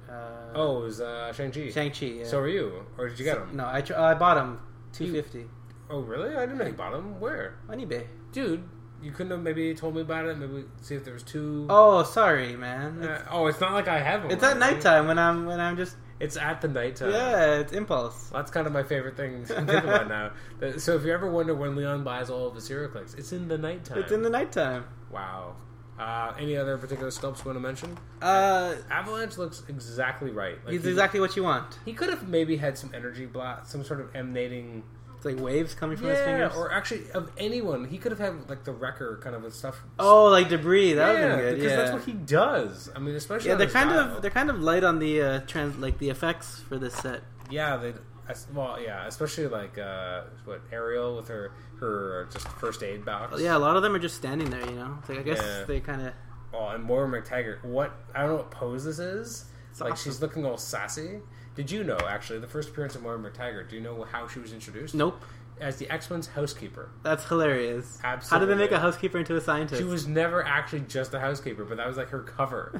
S2: Uh,
S1: oh, it was uh, Shang Chi.
S2: Shang Chi. Yeah.
S1: So were you, or did you get him?
S2: No, I tr- uh, I bought him two fifty
S1: Oh, really? I didn't know you bought him. Where,
S2: on eBay.
S1: dude? You couldn't have maybe told me about it. Maybe see if there was two.
S2: Oh, sorry, man.
S1: Uh, oh, it's not like I have them.
S2: It's at
S1: already.
S2: nighttime when I'm when I'm just
S1: It's at the nighttime.
S2: yeah. It's impulse.
S1: Well, that's kind of my favorite thing to think about now. But- So if you ever wonder when Leon buys all of his hero clicks, it's in the nighttime.
S2: It's in the nighttime.
S1: wow. Uh, any other particular sculpts you want to mention?
S2: Uh,
S1: Avalanche looks exactly right. Like
S2: it's
S1: he-
S2: exactly what you want.
S1: He could have maybe had some energy blast, some sort of emanating.
S2: It's like waves coming from his
S1: Yeah,
S2: fingers.
S1: or actually of anyone, he could have had like the wrecker kind of a stuff.
S2: oh, like debris. That would
S1: yeah,
S2: have been good.
S1: because
S2: yeah.
S1: that's what he does. I mean, especially
S2: yeah,
S1: on
S2: they're
S1: his
S2: kind
S1: dial.
S2: of they're kind of light on the uh, trans like the effects for this set.
S1: Yeah, they. as- Well, yeah, especially like uh, what Ariel with her her just first aid box.
S2: Yeah, a lot of them are just standing there. You know, it's like I guess
S1: Yeah.
S2: they kind of
S1: Oh, and Moira McTaggart. What I don't know what pose this is.
S2: It's
S1: like
S2: awesome.
S1: she's looking all sassy. Did you know actually the first appearance of Moira McTaggart? Do you know how she was introduced?
S2: nope.
S1: As the X Men's housekeeper.
S2: That's hilarious. How did
S1: Absolutely.
S2: they make a housekeeper into a scientist?
S1: She was never actually just a housekeeper, but that was like her cover.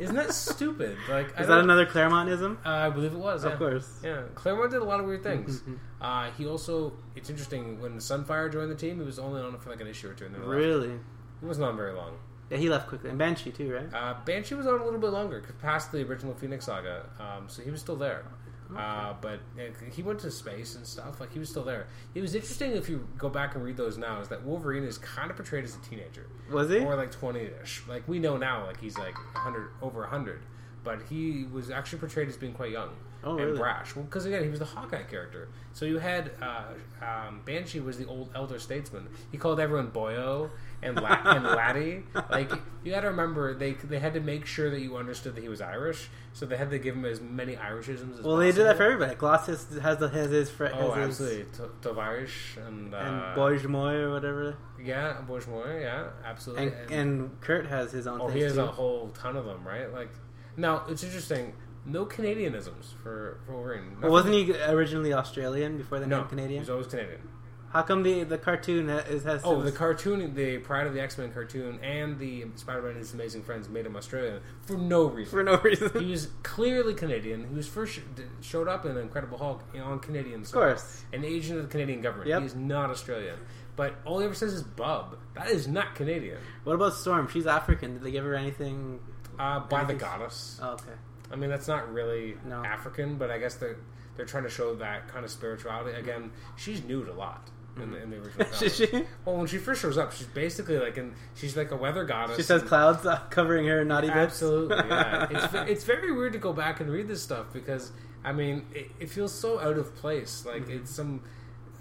S1: Isn't that stupid? Like, I
S2: Is that
S1: don't-
S2: another Claremontism?
S1: Uh, I believe it was.
S2: Of
S1: yeah.
S2: course. Mm-hmm,
S1: Yeah, Claremont did a lot of weird things. Uh, he also, it's interesting when Sunfire joined the team, he was only on it for like an issue or two, and then he left.
S2: Really?
S1: He wasn't on very long.
S2: Yeah, he left quickly. And Banshee too, right?
S1: Uh, Banshee was on a little bit longer, past the original Phoenix Saga, um, so he was still there. Uh, but uh, he went to space and stuff. Like he was still there. It was interesting if you go back and read those now. Is that Wolverine is kind of portrayed as a teenager,
S2: Was he?
S1: Uh, or like twenty-ish. Like we know now, like he's like hundred over hundred, but he was actually portrayed as being quite young
S2: Oh,
S1: and
S2: really?
S1: brash. Well, because again, he was the Hawkeye character. So you had uh, um, Banshee was the old elder statesman. He called everyone boyo and la- and laddie. Like you got to remember, they they had to make sure that you understood that he was Irish. So they had to give him as many Irishisms as
S2: Well, they did that for
S1: possible.
S2: everybody. Glossus has the, has his fr-
S1: Oh,
S2: has his,
S1: absolutely, T- Tovarish and uh,
S2: and Bourgemois or whatever,
S1: yeah, Bourgemois, yeah, absolutely,
S2: and, and Kurt has his own.
S1: Oh,
S2: things
S1: he has
S2: too.
S1: a whole ton of them, right? Like, now it's interesting. No Canadianisms for for Wolverine.
S2: Well, wasn't he originally Australian before they
S1: No,
S2: named Canadian?
S1: He's always Canadian.
S2: How come the the cartoon ha- is has?
S1: Oh,
S2: it
S1: the
S2: was-
S1: cartoon, the Pride of the X Men cartoon, and the Spider Man and His Amazing Friends made him Australian for no reason.
S2: for no
S1: he
S2: reason.
S1: was clearly Canadian. He was first sh- d- showed up in Incredible Hulk on Canadian
S2: Of course.
S1: an agent of the Canadian government.
S2: Yep.
S1: He is not Australian, but all he ever says is "bub." That is not Canadian.
S2: What about Storm? She's African. Did they give her anything?
S1: Uh, by the
S2: Anything's-
S1: goddess.
S2: Oh, okay.
S1: I mean, that's not really
S2: No.
S1: African, but I guess they're they're trying to show that kind of spirituality. Again, she's nude a lot in
S2: Mm-hmm.
S1: the, in the original.
S2: She-
S1: comic.
S2: she
S1: Well, when she first shows up, she's basically like in she's like a weather goddess.
S2: she says
S1: and-
S2: clouds uh, covering her naughty bits.
S1: Absolutely, yeah. it's, ve- it's very weird to go back and read this stuff because I mean it, it feels so out of place. Like it's some,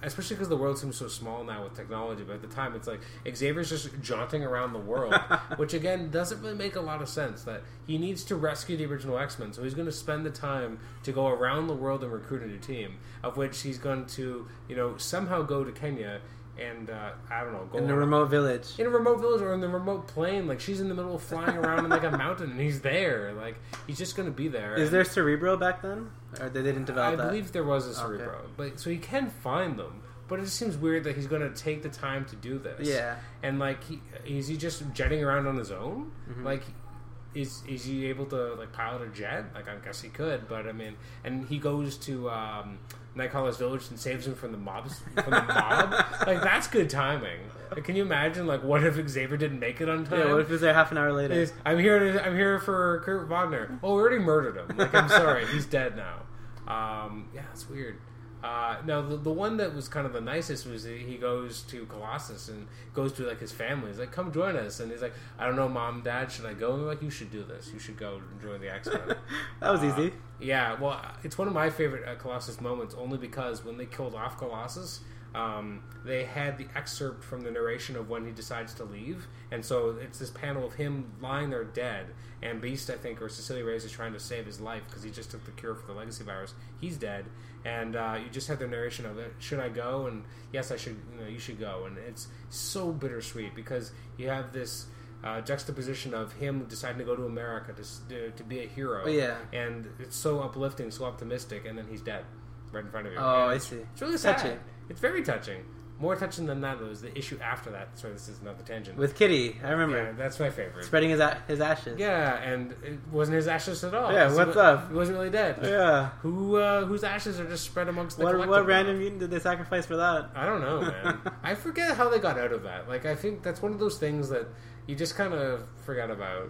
S1: especially because the world seems so small now with technology. But at the time, it's like Xavier's just jaunting around the world, which again doesn't really make a lot of sense. That he needs to rescue the original X Men, so he's going to spend the time to go around the world and recruit a new team, of which he's going to you know somehow go to Kenya. And uh, I don't know, go
S2: in a
S1: on a-
S2: remote village.
S1: in a remote village or in the remote plane. Like she's in the middle of flying around in like a mountain, and he's there. Like he's just gonna be there.
S2: Is there Cerebro back then, or they didn't develop
S1: I
S2: that?
S1: believe there was a
S2: Okay.
S1: cerebro, but so he can find them. But it just seems weird that he's gonna take the time to do this.
S2: Yeah.
S1: and like he is he just jetting around on his own?
S2: Mm-hmm.
S1: Like. Is, is he able to like pilot a jet? Like I guess he could, but I mean, and he goes to um, Nightcrawler's village and saves him from the mobs from the mob. like that's good timing. Like, can you imagine? Like what if Xavier didn't make it on time?
S2: Yeah, what if it was there half an hour later?
S1: Is- I'm here. I'm here for Kurt Wagner. Oh, we already murdered him. Like, I'm sorry, he's dead now. Um, yeah, it's weird. Uh, now the, the one that was kind of the nicest was he he goes to Colossus and goes to like his family. He's like, "Come join us," and he's like, "I don't know, mom, dad, should I go?" And they're like, "You should do this. You should go and join the X Men."
S2: That was easy.
S1: Yeah, well, it's one of my favorite uh, Colossus moments only because when they killed off Colossus, um, they had the excerpt from the narration of when he decides to leave, and so it's this panel of him lying there dead, and Beast, I think, or Cecilia Reyes is trying to save his life because he just took the cure for the Legacy virus. He's dead, and uh, you just have the narration of it. Should I go? And yes, I should. You know, you should go, and it's so bittersweet because you have this. Uh, juxtaposition of him deciding to go to America to, s- to, to be a hero,
S2: Oh, yeah.
S1: and it's so uplifting, so optimistic, and then he's dead right in front of you.
S2: Oh,
S1: And
S2: I
S1: it's-
S2: see.
S1: It's really sad.
S2: Touching.
S1: It's very touching. More touching than that though, is the issue after that. Sorry, this is another tangent.
S2: With Kitty, I remember
S1: yeah, that's my favorite.
S2: spreading his a- his ashes.
S1: Yeah, and it wasn't his ashes at all.
S2: Yeah,
S1: He
S2: what's
S1: wa-
S2: up?
S1: He wasn't really dead.
S2: Yeah.
S1: Who uh, whose ashes are just spread amongst the
S2: What
S1: collective
S2: what
S1: now?
S2: random mutant did they sacrifice for that?
S1: I don't know, man. I forget how they got out of that. Like, I think that's one of those things that you just kind of forgot about.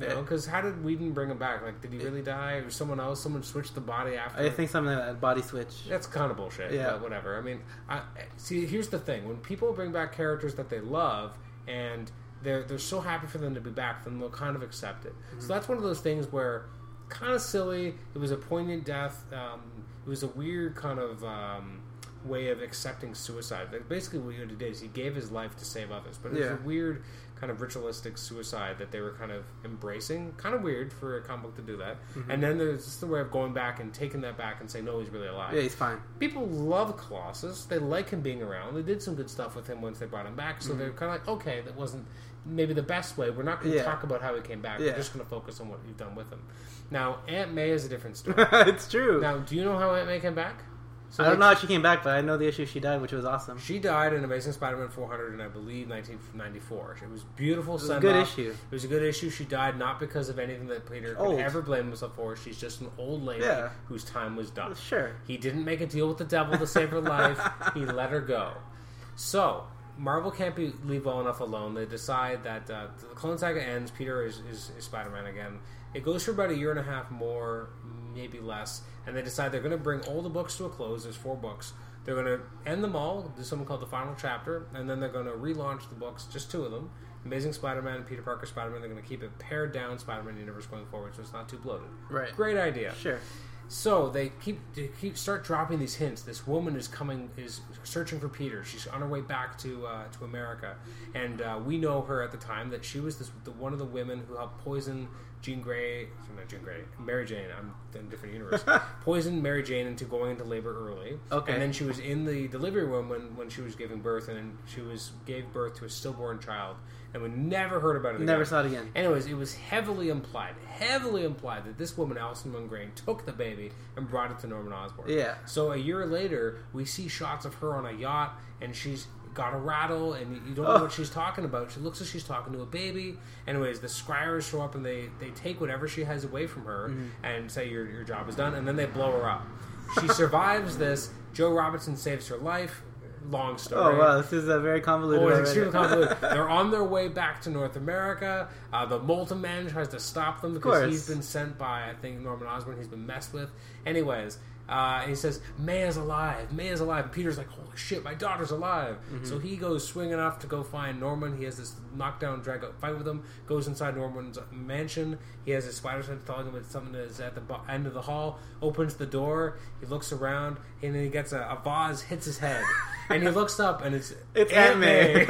S1: You know, because how did Whedon bring him back? Like, did he really die, or someone else? Someone switched the body after?
S2: I think something like that. Body switch.
S1: That's kind of bullshit.
S2: Yeah.
S1: But whatever. I mean, I, see, here's the thing: when people bring back characters that they love and they're they're so happy for them to be back, then they'll kind of accept it.
S2: Mm-hmm.
S1: So that's one of those things where kind of silly. It was a poignant death. Um, it was a weird kind of. Um, way of accepting suicide like basically what he did is he gave his life to save others but it was
S2: Yeah.
S1: a weird kind of ritualistic suicide that they were kind of embracing. Kind of weird for a comic book to do that.
S2: Mm-hmm.
S1: And then there's just the way of going back and taking that back and saying, no, he's really alive.
S2: Yeah, he's fine.
S1: People love Colossus. They like him being around. They did some good stuff with him once they brought him back.
S2: Mm-hmm.
S1: So they're kind of like, okay, that wasn't maybe the best way. We're not going to
S2: Yeah.
S1: talk about how he came back.
S2: Yeah.
S1: We're just going to focus on what you've done with him. Now, Aunt May is a different story.
S2: it's true.
S1: now, do you know how Aunt May came back? So
S2: I don't
S1: they-
S2: know how she came back, but I know the issue she died, which was awesome.
S1: She died in Amazing Spider-Man 400 in, I believe, 1994. It was beautiful. It
S2: was a good issue.
S1: It was a good issue. She died not because of anything that Peter could
S2: old.
S1: ever blame himself for. She's just an old lady
S2: Yeah.
S1: whose time was done.
S2: Sure.
S1: He didn't make a deal with the devil to save her life. He let her go. So Marvel can't be leave well enough alone. They decide that uh, the Clone Saga ends. Peter is, is, is Spider Man again. It goes for about a year and a half more, maybe less, and they decide they're going to bring all the books to a close. There's four books. They're going to end them all. Do something called the final chapter, and then they're going to relaunch the books, just two of them. Amazing Spider-Man and Peter Parker Spider-Man. They're going to keep it pared down Spider-Man universe going forward, so it's not too bloated.
S2: Right.
S1: Great idea.
S2: Sure.
S1: So they keep they keep start dropping these hints. This woman is coming is searching for Peter. She's on her way back to uh, to America, and uh, we know her at the time that she was this the, one of the women who helped poison Jean Grey, sorry, not Jean Grey, Mary Jane. I'm in a different universe. Poisoned Mary Jane into going into labor early.
S2: Okay.
S1: and then she was in the delivery room when, when she was giving birth, and she was gave birth to a stillborn child, and we never heard about it.
S2: Never
S1: again.
S2: saw it again.
S1: Anyways, it was heavily implied, heavily implied that this woman, Alison Mungrain, took the baby and brought it to Norman Osborn.
S2: Yeah.
S1: So a year later, we see shots of her on a yacht, and she's got a rattle, and you don't know what she's talking about. She looks like she's talking to a baby. Anyways, the scryers show up, and they, they take whatever she has away from her
S2: Mm-hmm.
S1: and say, your, your job is done, and then they blow her up. She survives this. Joe Robinson saves her life. Long story.
S2: Oh wow, this is a very convoluted.
S1: Oh, it's
S2: already.
S1: extremely convoluted. They're on their way back to North America. Uh, the Molten Man tries to stop them because
S2: course.
S1: he's been sent by, I think, Norman Osborn. He's been messed with. Anyways, uh, he says, Maya's alive. Maya's alive. And Peter's like, holy shit, my daughter's alive. So he goes swinging off to go find Norman. He has this knockdown, drag out fight with him, goes inside Norman's mansion. He has his spider sense telling him it's something that is at the bo- end of the hall, opens the door, he looks around, and then he gets a, a vase, hits his head. and he looks up, and it's
S2: It's Aunt May.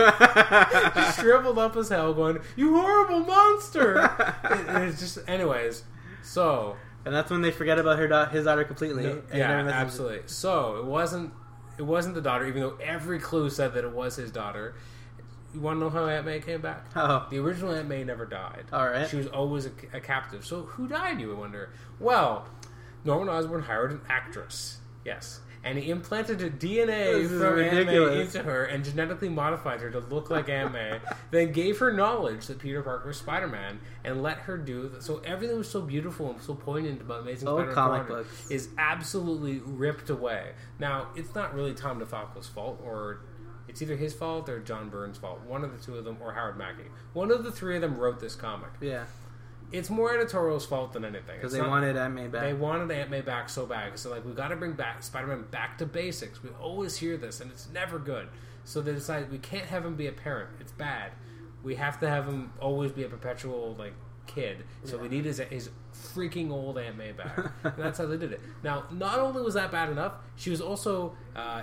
S1: just shriveled up as hell, going, "You horrible monster!" It- it's just, anyways. So
S2: and that's when they forget about her da- his daughter completely. and
S1: yeah,
S2: never message-
S1: absolutely. So it wasn't it wasn't the daughter, even though every clue said that it was his daughter. You want to know how Aunt May came back?
S2: How?
S1: The original Aunt May never died.
S2: Oh. All right.
S1: She was always a, a captive. So who died? You would wonder. Well, Norman Osborn hired an actress. Yes. And he implanted a DNA
S2: This is
S1: from Aunt May
S2: ridiculous.
S1: into her and genetically modified her to look like Aunt May. then gave her knowledge that Peter Parker was Spider Man and let her do. Th- so everything was so beautiful and so poignant about Amazing
S2: Oh,
S1: Spider-Man
S2: comic
S1: 400
S2: books.
S1: is absolutely ripped away. Now, it's not really Tom DeFalco's fault, or it's either his fault or John Byrne's fault. One of the two of them, or Howard Mackey. One of the three of them wrote this comic.
S2: Yeah.
S1: it's more editorial's fault than anything
S2: because
S1: It's
S2: they
S1: not-
S2: wanted Aunt May back.
S1: They wanted Aunt May back so bad. So like we got to bring back Spider-Man back to basics. We always hear this, and it's never good. So they decided we can't have him be a parent. It's bad. We have to have him always be a perpetual like kid. So we need his his freaking old Aunt May back. and that's how they did it. Now, not only was that bad enough, she was also. Uh,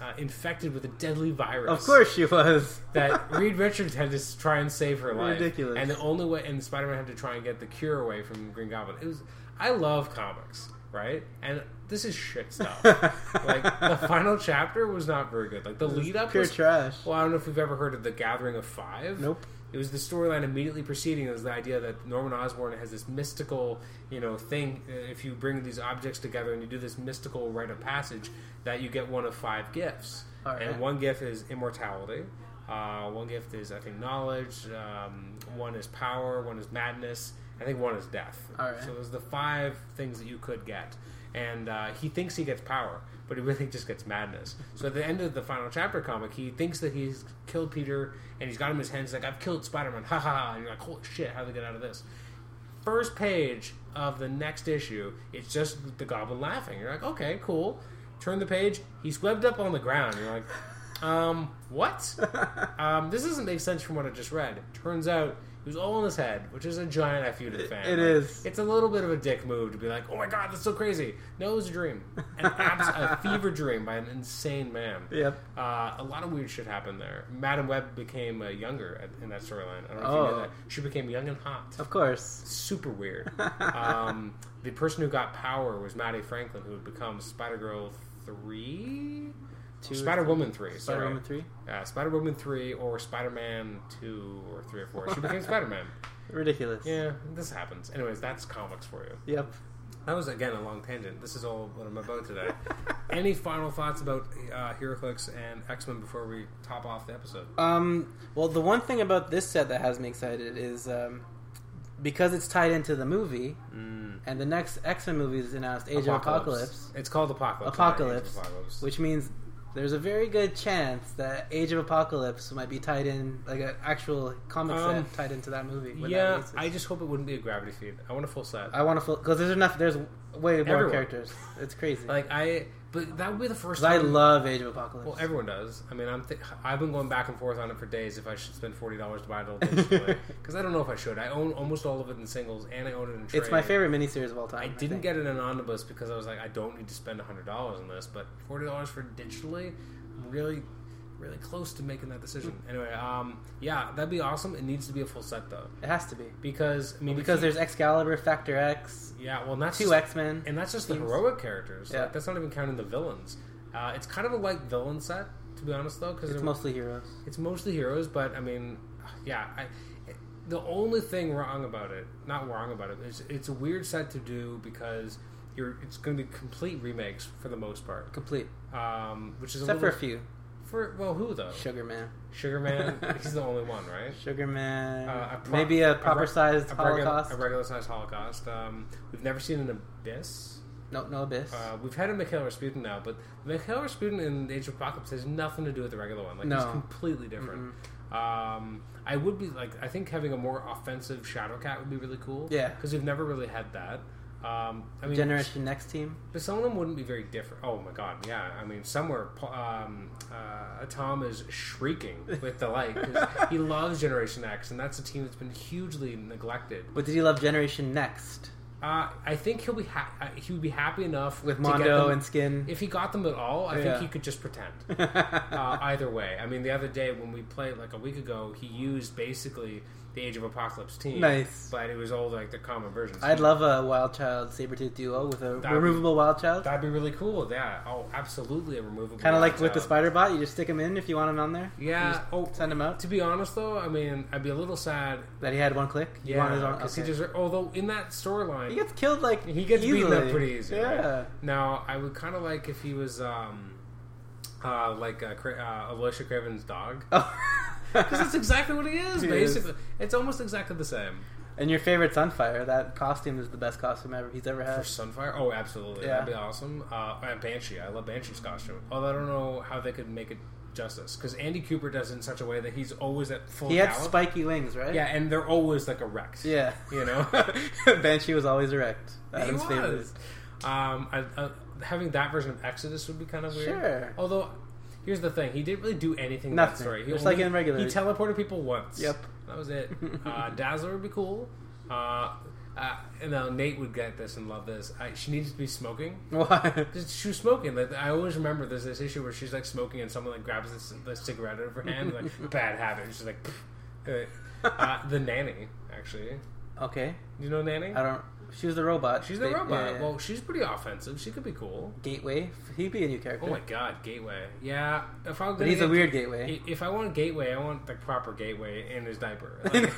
S1: uh, infected with a deadly virus
S2: of course she was.
S1: that Reed Richards had to s- try and save her life.
S2: Ridiculous.
S1: And the only way, and Spider Man had to try and get the cure away from Green Goblin. It was, I love comics, right? And this is shit stuff. like the final chapter was not very good. Like the lead up
S2: pure
S1: was.
S2: trash.
S1: Well, I don't know if you've ever heard of the Gathering of Five.
S2: Nope.
S1: It was the storyline immediately preceding. It was the idea that Norman Osborn has this mystical, you know, thing. uh, If you bring these objects together and you do this mystical rite of passage, that you get one of five gifts.
S2: All right.
S1: And one gift is immortality. Uh, one gift is, I think, knowledge. Um, one is power. One is madness. I think one is death.
S2: All right.
S1: So those are the five things that you could get. And uh, he thinks he gets power, but he really just gets madness. So at the end of the final chapter comic, he thinks that he's killed Peter and he's got him in his hands, like, I've killed Spider Man. Ha ha ha. And you're like, holy shit, how do they get out of this? First page of the next issue, it's just the goblin laughing. You're like, okay, cool. Turn the page, he's webbed up on the ground. You're like, um, what? um, this doesn't make sense from what I just read. Turns out he was all in his head, which is a giant F you to the fan.
S2: it
S1: Like,
S2: is.
S1: It's a little bit of a dick move to be like, oh my god, that's so crazy. No, it was a dream. An abs- a fever dream by an insane man.
S2: Yep.
S1: Uh, a lot of weird shit happened there. Madam Web became uh, younger at, in that storyline. I don't know if you
S2: Oh.
S1: knew that. She became young and hot
S2: Of course.
S1: super weird. um, the person who got power was Maddie Franklin, who had become Spider Girl three,
S2: Two or
S1: Spider Woman three,
S2: Spider
S1: sorry,
S2: Woman three.
S1: uh, Spider Woman three or Spider Man two or three or four. She became Spider Man.
S2: Ridiculous.
S1: Yeah, this happens. Anyways, that's comics for you.
S2: Yep.
S1: That was again a long tangent. This is all what I'm about today. Any final thoughts about uh, HeroClix and X Men before we top off the episode?
S2: Um, well, the one thing about this set that has me excited is um, because it's tied into the movie, and the next X Men movie is announced
S1: It's
S2: Age of
S1: called Apocalypse. not Age of
S2: Apocalypse, Apocalypse,
S1: Apocalypse.
S2: which means there's a very good chance that Age of Apocalypse might be tied in, like an actual comic
S1: Um,
S2: set tied into that movie. with that
S1: Yeah,
S2: basis.
S1: I just hope it wouldn't be a gravity feed. I want a full set.
S2: I want to because there's enough. There's way more
S1: Everyone.
S2: characters. It's crazy.
S1: Like I, but that would be the first
S2: 'Cause I
S1: time.
S2: love Age of Apocalypse.
S1: Well, everyone does. I mean, I'm th- I've been going back and forth on it for days if I should spend forty dollars to buy it all digitally because I don't know if I should. I own almost all of it in singles and I own it in trade.
S2: it's my favorite miniseries of all time.
S1: I
S2: think.
S1: didn't get it in omnibus because I was like, I don't need to spend hundred dollars on this, but forty dollars for digitally, I'm really, really close to making that decision.
S2: Hmm.
S1: Anyway, um, yeah, that'd be awesome. It needs to be a full set though
S2: It has to be
S1: because I mean,
S2: because
S1: if
S2: there's Excalibur, Factor X,
S1: you- yeah, well, not
S2: two X Men.
S1: And that's just the
S2: Teams.
S1: heroic characters.
S2: Yeah.
S1: Like, that's not even counting the villains. Uh, it's kind of a light villain set, to be honest, though, because
S2: It's mostly heroes.
S1: it's mostly heroes. But I mean, yeah, I, the only thing wrong about it, not wrong about it, is it's a weird set to do because you're it's going to be complete remakes for the most part,
S2: Complete.
S1: um, which is
S2: Except
S1: a
S2: for
S1: little
S2: a few.
S1: for well, who though?
S2: Sugar Man.
S1: Sugar Man, he's the only one, right?
S2: Sugar Man.
S1: Uh, a pro-
S2: Maybe a
S1: reg-
S2: proper
S1: a
S2: sized
S1: regu-
S2: Holocaust.
S1: a regular sized Holocaust. Um, we've never seen an abyss.
S2: no, no Abyss.
S1: Uh, we've had a Mikhail Rasputin now, but Mikhail Rasputin in Age of Apocalypse has nothing to do with the regular one. Like he's
S2: No. Mm-hmm.
S1: completely different. Um, I would be like, I think having a more offensive Shadow Cat would be really cool.
S2: Yeah.
S1: because we've never really had that. Um, I mean,
S2: Generation Next Team.
S1: but some of them wouldn't be very different. Oh my god, yeah. I mean, somewhere um, uh, Tom is shrieking with delight because he loves Generation X, and that's a team that's been hugely neglected.
S2: But did you love Generation Next?
S1: Uh, I think he'll be ha- uh, he would be happy enough
S2: With
S1: to get
S2: Mondo
S1: them-
S2: and Skin?
S1: if he got them at all, I
S2: Yeah.
S1: think he could just pretend. uh, either way, I mean, the other day when we played, like a week ago, he used basically the Age of Apocalypse team.
S2: Nice.
S1: but it was all like the common versions.
S2: I'd love a Wild Child Sabretooth duo with a
S1: That'd be-
S2: removable Wild Child.
S1: That'd be really cool. Yeah. Oh, absolutely a removable.
S2: Kind of like with the
S1: Wild Child.
S2: Spider Bot. You just stick him in if you want him on there.
S1: Yeah. oh,
S2: Send him out.
S1: to be honest though, I mean, I'd be a little sad.
S2: That he had one click. You
S1: Yeah,
S2: want his arm-
S1: because
S2: okay.
S1: he deserved. Although in that
S2: He
S1: storyline,
S2: gets killed like
S1: he gets beaten up
S2: easily.
S1: pretty easy. right?
S2: Yeah.
S1: Now, I would kind of like if he was, um, uh, like uh, Cra- uh, Alicia Craven's dog.
S2: Oh,
S1: Because that's exactly what he is,
S2: He is.
S1: basically. It's almost exactly the same.
S2: and your favorite Sunfire. That costume is the best costume ever he's ever
S1: For
S2: had.
S1: Sunfire? Oh, absolutely.
S2: Yeah.
S1: That'd be awesome. Uh, and Banshee. I love Banshee's costume. Although I don't know how they could make it justice because Andy Cooper does it in such a way that he's always at full
S2: He had
S1: gallop.
S2: spiky wings, right?
S1: Yeah, and they're always like erect.
S2: Yeah.
S1: you know,
S2: Banshee was always erect.
S1: he
S2: Adam's
S1: was.
S2: favorite.
S1: Um, I, uh, having that version of Exodus would be kind of weird.
S2: Sure.
S1: Although, here's the thing: he didn't really do anything. in That
S2: Nothing.
S1: story. He
S2: Just like in regular.
S1: He teleported people once.
S2: Yep.
S1: That was it. uh, Dazzler would be cool. Uh, uh, and now Nate would get this and love this. I, she needs to be smoking.
S2: Why?
S1: 'Cause She was smoking. Like I always remember, there's this issue where she's like smoking, and someone like grabs this, the cigarette out of her hand, like bad habit. She's like, "Pff." uh, the nanny actually.
S2: Okay.
S1: You know nanny?
S2: I don't. She was the robot.
S1: She's
S2: They-
S1: the
S2: yeah,
S1: robot.
S2: yeah.
S1: Well, she's pretty offensive. She could be cool.
S2: Gateway. He'd be a new character.
S1: Oh my god, Gateway. Yeah, if I'm
S2: but
S1: gonna
S2: he's a
S1: get-
S2: weird gateway.
S1: i- If I want Gateway, I want the proper Gateway in his diaper. Like,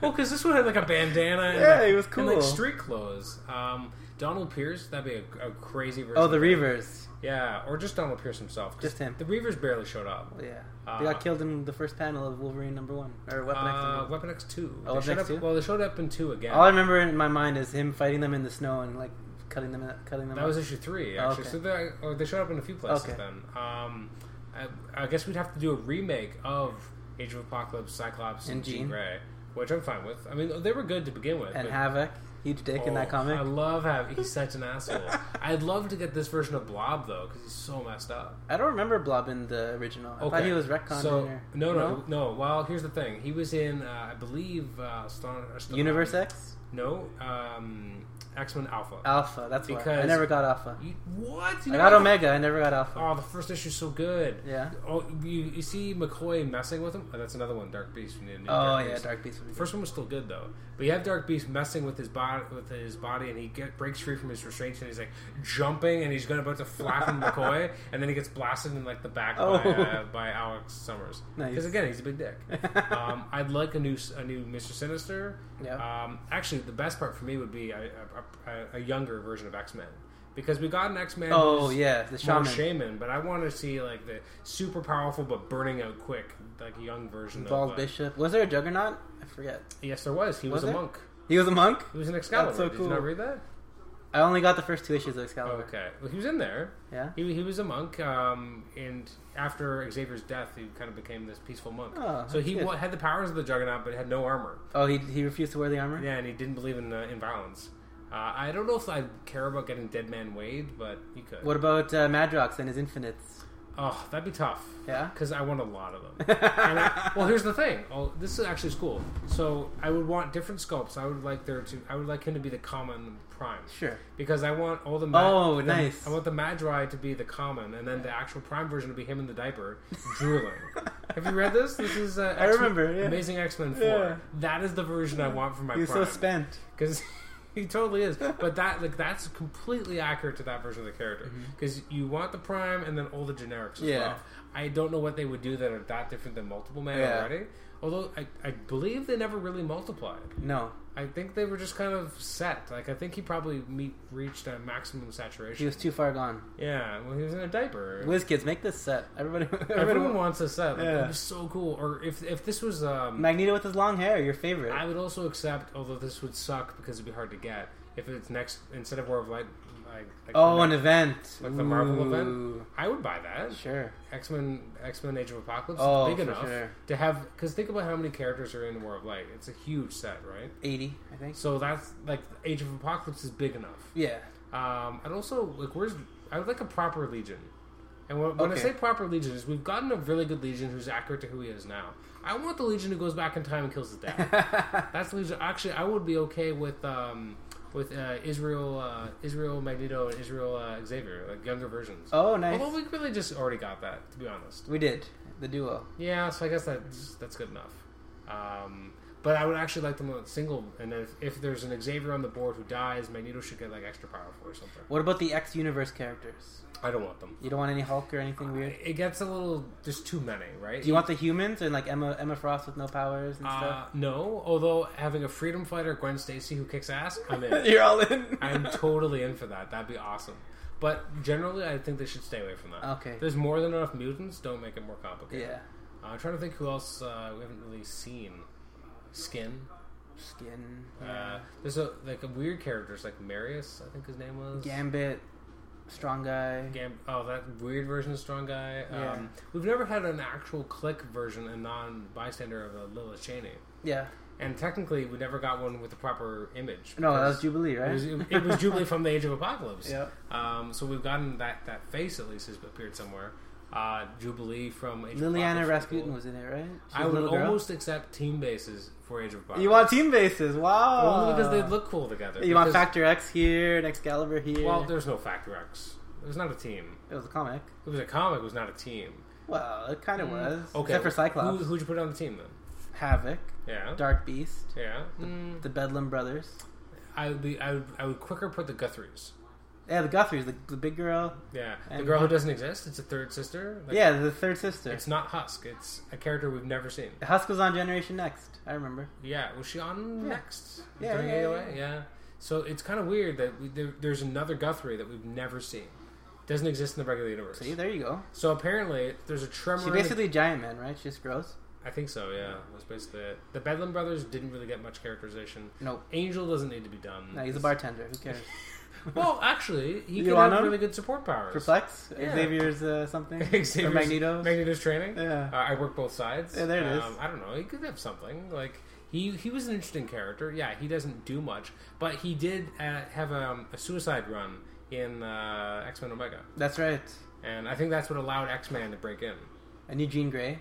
S1: well, because this one had like a bandana. And,
S2: Yeah,
S1: like,
S2: he was
S1: and,
S2: cool.
S1: like street clothes. Um, Donald Pierce, that'd be a, a crazy version.
S2: oh, the
S1: of-
S2: Reavers.
S1: Yeah, or just Donald Pierce himself. 'cause
S2: Just him.
S1: The Reavers barely showed up.
S2: Yeah.
S1: Uh,
S2: they got killed in the first panel of Wolverine number one or Weapon X. Number
S1: Uh,
S2: one.
S1: Weapon X two.
S2: Oh,
S1: They
S2: Weapon
S1: showed
S2: X
S1: up-
S2: 2?
S1: Well, they showed up in two again.
S2: All I remember in my mind is him fighting them in the snow and like cutting them, cutting them.
S1: That
S2: up.
S1: was issue three,
S2: Oh,
S1: actually.
S2: okay.
S1: So they, or they showed up in a few places
S2: Okay.
S1: then. Um, I, I guess we'd have to do a remake of Age of Apocalypse, Cyclops, and,
S2: And
S1: Jean
S2: Jean.
S1: Grey, which I'm fine with. I mean, they were good to begin with.
S2: and
S1: but-
S2: Havoc, huge dick in
S1: Oh,
S2: that comic.
S1: I love having. He's such an asshole. I'd love to get this version of Blob though, because he's so messed up.
S2: I don't remember Blob in the original. I thought he was retconned.
S1: So
S2: in there.
S1: no, no, no, Well, here's the thing. He was in, uh, I believe, uh, Star, Star-
S2: Universe X,
S1: No, um, X Men Alpha.
S2: Alpha. That's why I
S1: Because-
S2: never got Alpha.
S1: You- what? You
S2: I
S1: know
S2: got
S1: what?
S2: Omega. I never got Alpha.
S1: Oh, the first issue's so good.
S2: Yeah.
S1: Oh, you, you see McCoy messing with him. Oh, that's another one, Dark Beast. You need a new
S2: Oh
S1: Dark
S2: yeah,
S1: Beast.
S2: Dark Beast. would be
S1: The
S2: good.
S1: First one was still good though, but you have Dark Beast messing with his body, with his body, and he get, breaks free from his restraints, and he's like jumping, and he's going about to fly from McCoy, and then he gets blasted in like the back by,
S2: Oh.
S1: uh, by Alex Summers.
S2: Nice.
S1: Because again, he's a big dick. um, I'd like a new s- a new Mister Sinister.
S2: Yeah.
S1: Um, actually, the best part for me would be a, a, a, a younger version of X Men. Because we got an X Men.
S2: Oh yeah, the
S1: Shaman.
S2: shaman.
S1: More shaman, but I want to see like the super powerful but burning out quick, like a young version
S2: Bald
S1: of. uh,
S2: Bishop. Was there a Juggernaut? I forget.
S1: Yes, there was. He was,
S2: Was
S1: a
S2: there?
S1: monk.
S2: He was a monk.
S1: He was an Excalibur.
S2: That's so
S1: Did you not
S2: cool.
S1: read that?
S2: I only got the first two issues of
S1: Oh,
S2: Excalibur.
S1: okay. Well, he was in there.
S2: Yeah.
S1: He, he was a monk, um, and after Xavier's death, he kind of became this peaceful monk.
S2: Oh,
S1: so he
S2: that's good.
S1: wa- had the powers of the Juggernaut, but had no armor.
S2: Oh, he, he refused to wear the armor.
S1: Yeah, and he didn't believe in uh, in violence. Uh, I don't know if I care about getting Dead Man Wade, but you could.
S2: What about uh, Madrox and his infinites?
S1: Oh, that'd be tough.
S2: Yeah.
S1: Because I want a lot of them. and I, well, here's the thing. Oh, this is actually is cool. So I would want different sculpts. I would like there to. I would like him to be the common prime.
S2: Sure.
S1: Because I want all the.
S2: Oh,
S1: the-
S2: nice.
S1: I want the Magi to be the common, and then the actual prime version to be him in the diaper drooling. Have you read this? This is uh,
S2: I remember, yeah.
S1: Amazing X Men Four.
S2: Yeah.
S1: That is the version I want for my.
S2: He was so
S1: prime
S2: spent.
S1: because he totally is. But that like that's completely accurate to that version of the character because you want the prime and then all the generics as
S2: Mm-hmm. Yeah.
S1: well. I don't know what they would do that are that different than multiple man
S2: Yeah.
S1: already. Although I, I believe they never really multiplied.
S2: No,
S1: I think they were just kind of set. Like I think he probably meet, reached a maximum
S2: he
S1: saturation.
S2: was too far gone.
S1: yeah, well he was in a diaper.
S2: Whiz kids, make this set. Everybody, everybody,
S1: Everyone wants a set. Like,
S2: Yeah.
S1: That'd be so cool. Or if if this was um,
S2: Magneto with his long hair, your favorite.
S1: I would also accept, although this would suck because it'd be hard to get, if it's next instead of War of Light. Like, like
S2: oh,
S1: the
S2: an
S1: next-
S2: event.
S1: like the Marvel event?
S2: Ooh.
S1: I would buy that.
S2: Sure.
S1: X Men, X Men, Age of Apocalypse
S2: Oh,
S1: is big
S2: for
S1: enough
S2: sure.
S1: to have. Because think about how many characters are in War of Light. It's a huge set, right?
S2: Eighty, I think.
S1: So that's like Age of Apocalypse is big enough.
S2: Yeah.
S1: Um, I'd also like where's I would like a proper Legion. And when, when I
S2: Okay.
S1: say proper Legion is we've gotten a really good Legion who's accurate to who he is now. I want the Legion who goes back in time and kills his dad. That's the Legion. Actually, I would be okay with um, with uh, Israel uh, Israel Magneto and Israel uh, Xavier, like younger versions.
S2: Oh, nice.
S1: Although we really just already got that, to be honest.
S2: We did the duo.
S1: Yeah, so I guess that's that's good enough. Um, but I would actually like them on single, and if, if there's an Xavier on the board who dies, Magneto should get like extra powerful or something.
S2: What about the X universe characters?
S1: I don't want them.
S2: You don't want any Hulk or anything weird.
S1: It gets a little just too many, right?
S2: Do you want the humans and like Emma Emma Frost with no powers and
S1: Uh,
S2: stuff?
S1: no, although having a freedom fighter Gwen Stacy who kicks ass, I'm in.
S2: You're all in.
S1: I'm totally in for that. That'd be awesome. But generally, I think they should stay away from that.
S2: Okay.
S1: There's more than enough mutants. Don't make it more complicated.
S2: Oh. yeah.
S1: Uh, I'm trying to think who else uh, we haven't really seen. Skin.
S2: Skin.
S1: Uh, there's a, like a weird characters like Marius, I think his name was.
S2: Gambit. Strong guy.
S1: Gam- oh, that weird version of Strong Guy. Um,
S2: Yeah.
S1: We've never had an actual click version, a non bystander of a Lilith Cheney.
S2: Yeah.
S1: And technically, we never got one with the proper image.
S2: No, that
S1: because
S2: was Jubilee,
S1: It
S2: right?
S1: was, it, it was Jubilee from the Age of Apocalypse.
S2: Yep.
S1: Um, so we've gotten that, that face, at least, has appeared somewhere. Uh, Jubilee from Age of Apocalypse.
S2: Liliana Rasputin
S1: people.
S2: was in it, right? She
S1: I
S2: was a
S1: would
S2: little girl.
S1: almost accept team bases for Age of Apocalypse.
S2: You want team bases? Wow.
S1: Only because they look cool together.
S2: You want
S1: Because-
S2: Factor X here, and Excalibur here.
S1: Well, there's no Factor X. It was not a team.
S2: it was a comic.
S1: It was a comic. It was not a team.
S2: Well, it kind of was.
S1: Mm. Okay.
S2: Except for Cyclops,
S1: Who, who'd you put on the team then?
S2: Havoc,
S1: Yeah.
S2: Dark Beast,
S1: Yeah. Mm,
S2: the Bedlam Brothers.
S1: I would be. I would. I would quicker put the Guthries.
S2: Yeah, the Guthries, the, the big girl.
S1: Yeah. the
S2: And-
S1: girl who doesn't exist. It's a third sister. Like,
S2: yeah, the third sister.
S1: It's not Husk. It's a character we've never seen.
S2: Husk was on Generation Next. I remember.
S1: Yeah. Was she on
S2: Yeah.
S1: next?
S2: Yeah,
S1: During
S2: yeah, yeah,
S1: AOA? Yeah. So it's kind of weird that we, there, there's another Guthrie that we've never seen. Doesn't exist in the regular universe.
S2: See, there you go.
S1: So apparently, there's a tremor.
S2: She
S1: in the-
S2: basically giant man, right? She just grows.
S1: I think so. Yeah, that's basically it. The Bedlam brothers didn't really get much characterization.
S2: Nope.
S1: Angel doesn't need to be done.
S2: No, he's a bartender. Who cares?
S1: Well, actually, he
S2: You
S1: could
S2: want
S1: have
S2: him?
S1: really good support powers.
S2: Perplex?
S1: Yeah.
S2: Xavier's uh, something? or
S1: Xavier's-
S2: Magneto's?
S1: Magneto's training.
S2: Yeah.
S1: Uh, I work both sides.
S2: Yeah, there it is.
S1: Um, I don't know. He could have something like he he was an interesting character. Yeah, he doesn't do much, but he did uh, have um, a suicide run in uh, X Men Omega,
S2: That's right.
S1: and I think that's what allowed X Man to break in.
S2: And Eugene Grey.